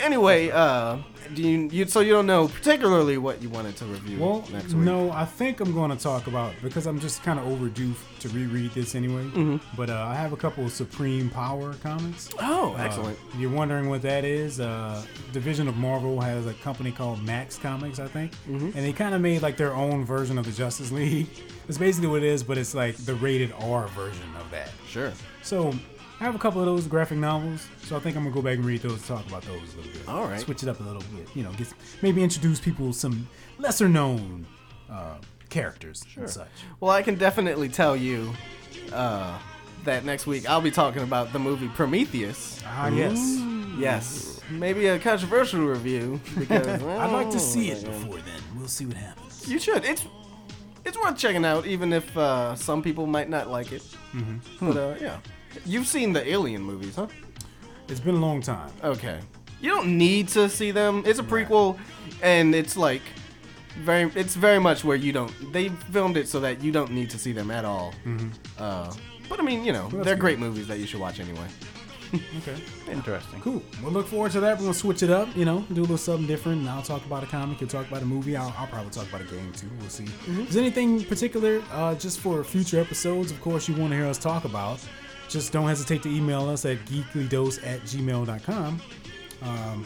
Anyway, uh, do you, you so you don't know particularly what you wanted to review Well, next week? no, I think I'm going to talk about because I'm just kind of overdue f- to reread this anyway. Mm-hmm. But uh, I have a couple of Supreme Power comics. Oh, Uh, excellent. if you're wondering what that is, uh, division of Marvel has a company called Max Comics, I think, Mm-hmm. and they kind of made like their own version of the Justice League. (laughs) It's basically what it is, but it's like the rated R version of that. Sure. So I have a couple of those graphic novels, so I think I'm gonna go back and read those, and talk about those a little bit. All right. switch it up a little bit. You know, get maybe introduce people to some lesser known uh, characters and such. Well, I can definitely tell you uh, that next week I'll be talking about the movie Prometheus. Ah, yes. Yes, maybe a controversial review because I'd like Oh. to see it before then. We'll see what happens. You should. It's it's worth checking out, even if uh, some people might not like it. But uh, yeah, you've seen the Alien movies, huh? It's been a long time. Okay. You don't need to see them. It's a prequel, and it's like very. It's very much where you don't. They filmed it so that you don't need to see them at all. Uh, but I mean, you know, they're good. great movies that you should watch anyway. Okay. Interesting. Cool. We'll look forward to that. We're gonna switch it up, you know, do a little something different. And I'll talk about a comic. You'll talk about a movie. I'll, I'll probably talk about a game too. We'll see. Is there anything particular, uh, just for future episodes? Of course, you want to hear us talk about. Just don't hesitate to email us at geeklydose at gmail.com. Um,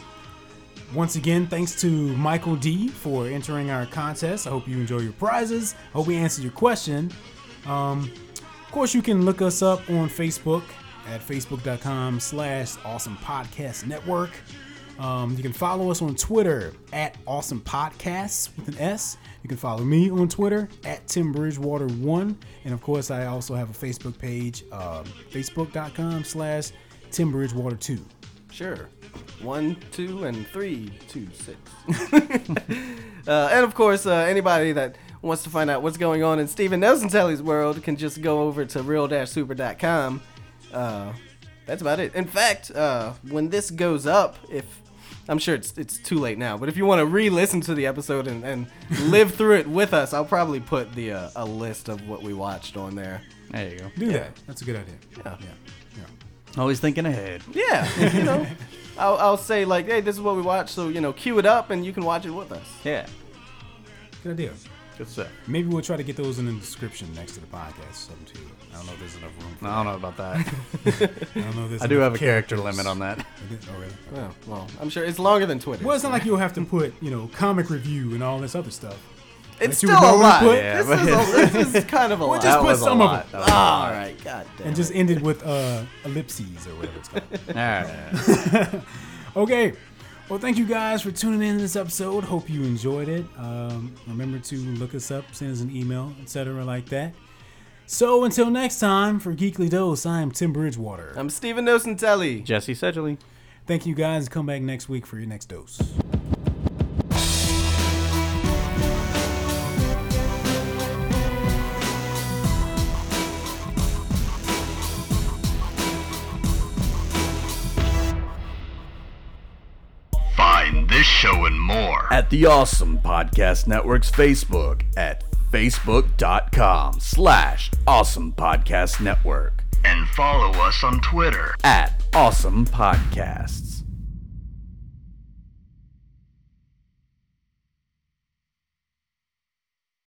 once again, thanks to Michael D for entering our contest. I hope you enjoy your prizes. I hope we answered your question. Um, of course, you can look us up on Facebook at facebook.com slash awesome podcast network. Um, you can follow us on Twitter at awesome podcasts with an S. You can follow me on Twitter at Tim Bridgewater1. And of course, I also have a Facebook page, um, facebook.com slash Tim Bridgewater2. Sure. One, two, and three, two, six. (laughs) uh, and of course, uh, anybody that wants to find out what's going on in Stephen Nosentelli's world can just go over to real-super.com. Uh, that's about it. In fact, uh, when this goes up, if I'm sure it's it's too late now, but if you want to re-listen to the episode and, and live through it with us, I'll probably put the uh, a list of what we watched on there. There you go. Do that. That's a good idea. Yeah. yeah. Always thinking ahead. Yeah, you know, I'll, I'll say like, hey, this is what we watched, so you know, cue it up and you can watch it with us. Yeah. Good idea. Good stuff. Maybe we'll try to get those in the description next to the podcast. Something too. I don't know if there's enough room. For I don't know about (laughs) that. that. I don't know. If there's I do enough have a character characters. limit on that. Oh really? Yeah, well, I'm sure it's longer than Twitter. Well, it's not like you'll have to put you know comic review and all this other stuff. It's that you still a would lot. normally put? Yeah, this, but is a, this is (laughs) kind of a lot. Just That put was a some of lot. them. That was a lot. All right, god damn. And just ended with uh, ellipses or whatever it's called. (laughs) All right. Okay. Well, thank you guys for tuning in to this episode. Hope you enjoyed it. Um, remember to look us up, send us an email, etc., like that. So until next time, for Geekly Dose, I am Tim Bridgewater. I'm Steven Nocentelli. Jesse Sedgley. Thank you guys. Come back next week for your next dose. Find this show and more. At the Awesome Podcast Network's Facebook at facebook.com slash awesome podcast network And follow us on Twitter at awesome podcasts.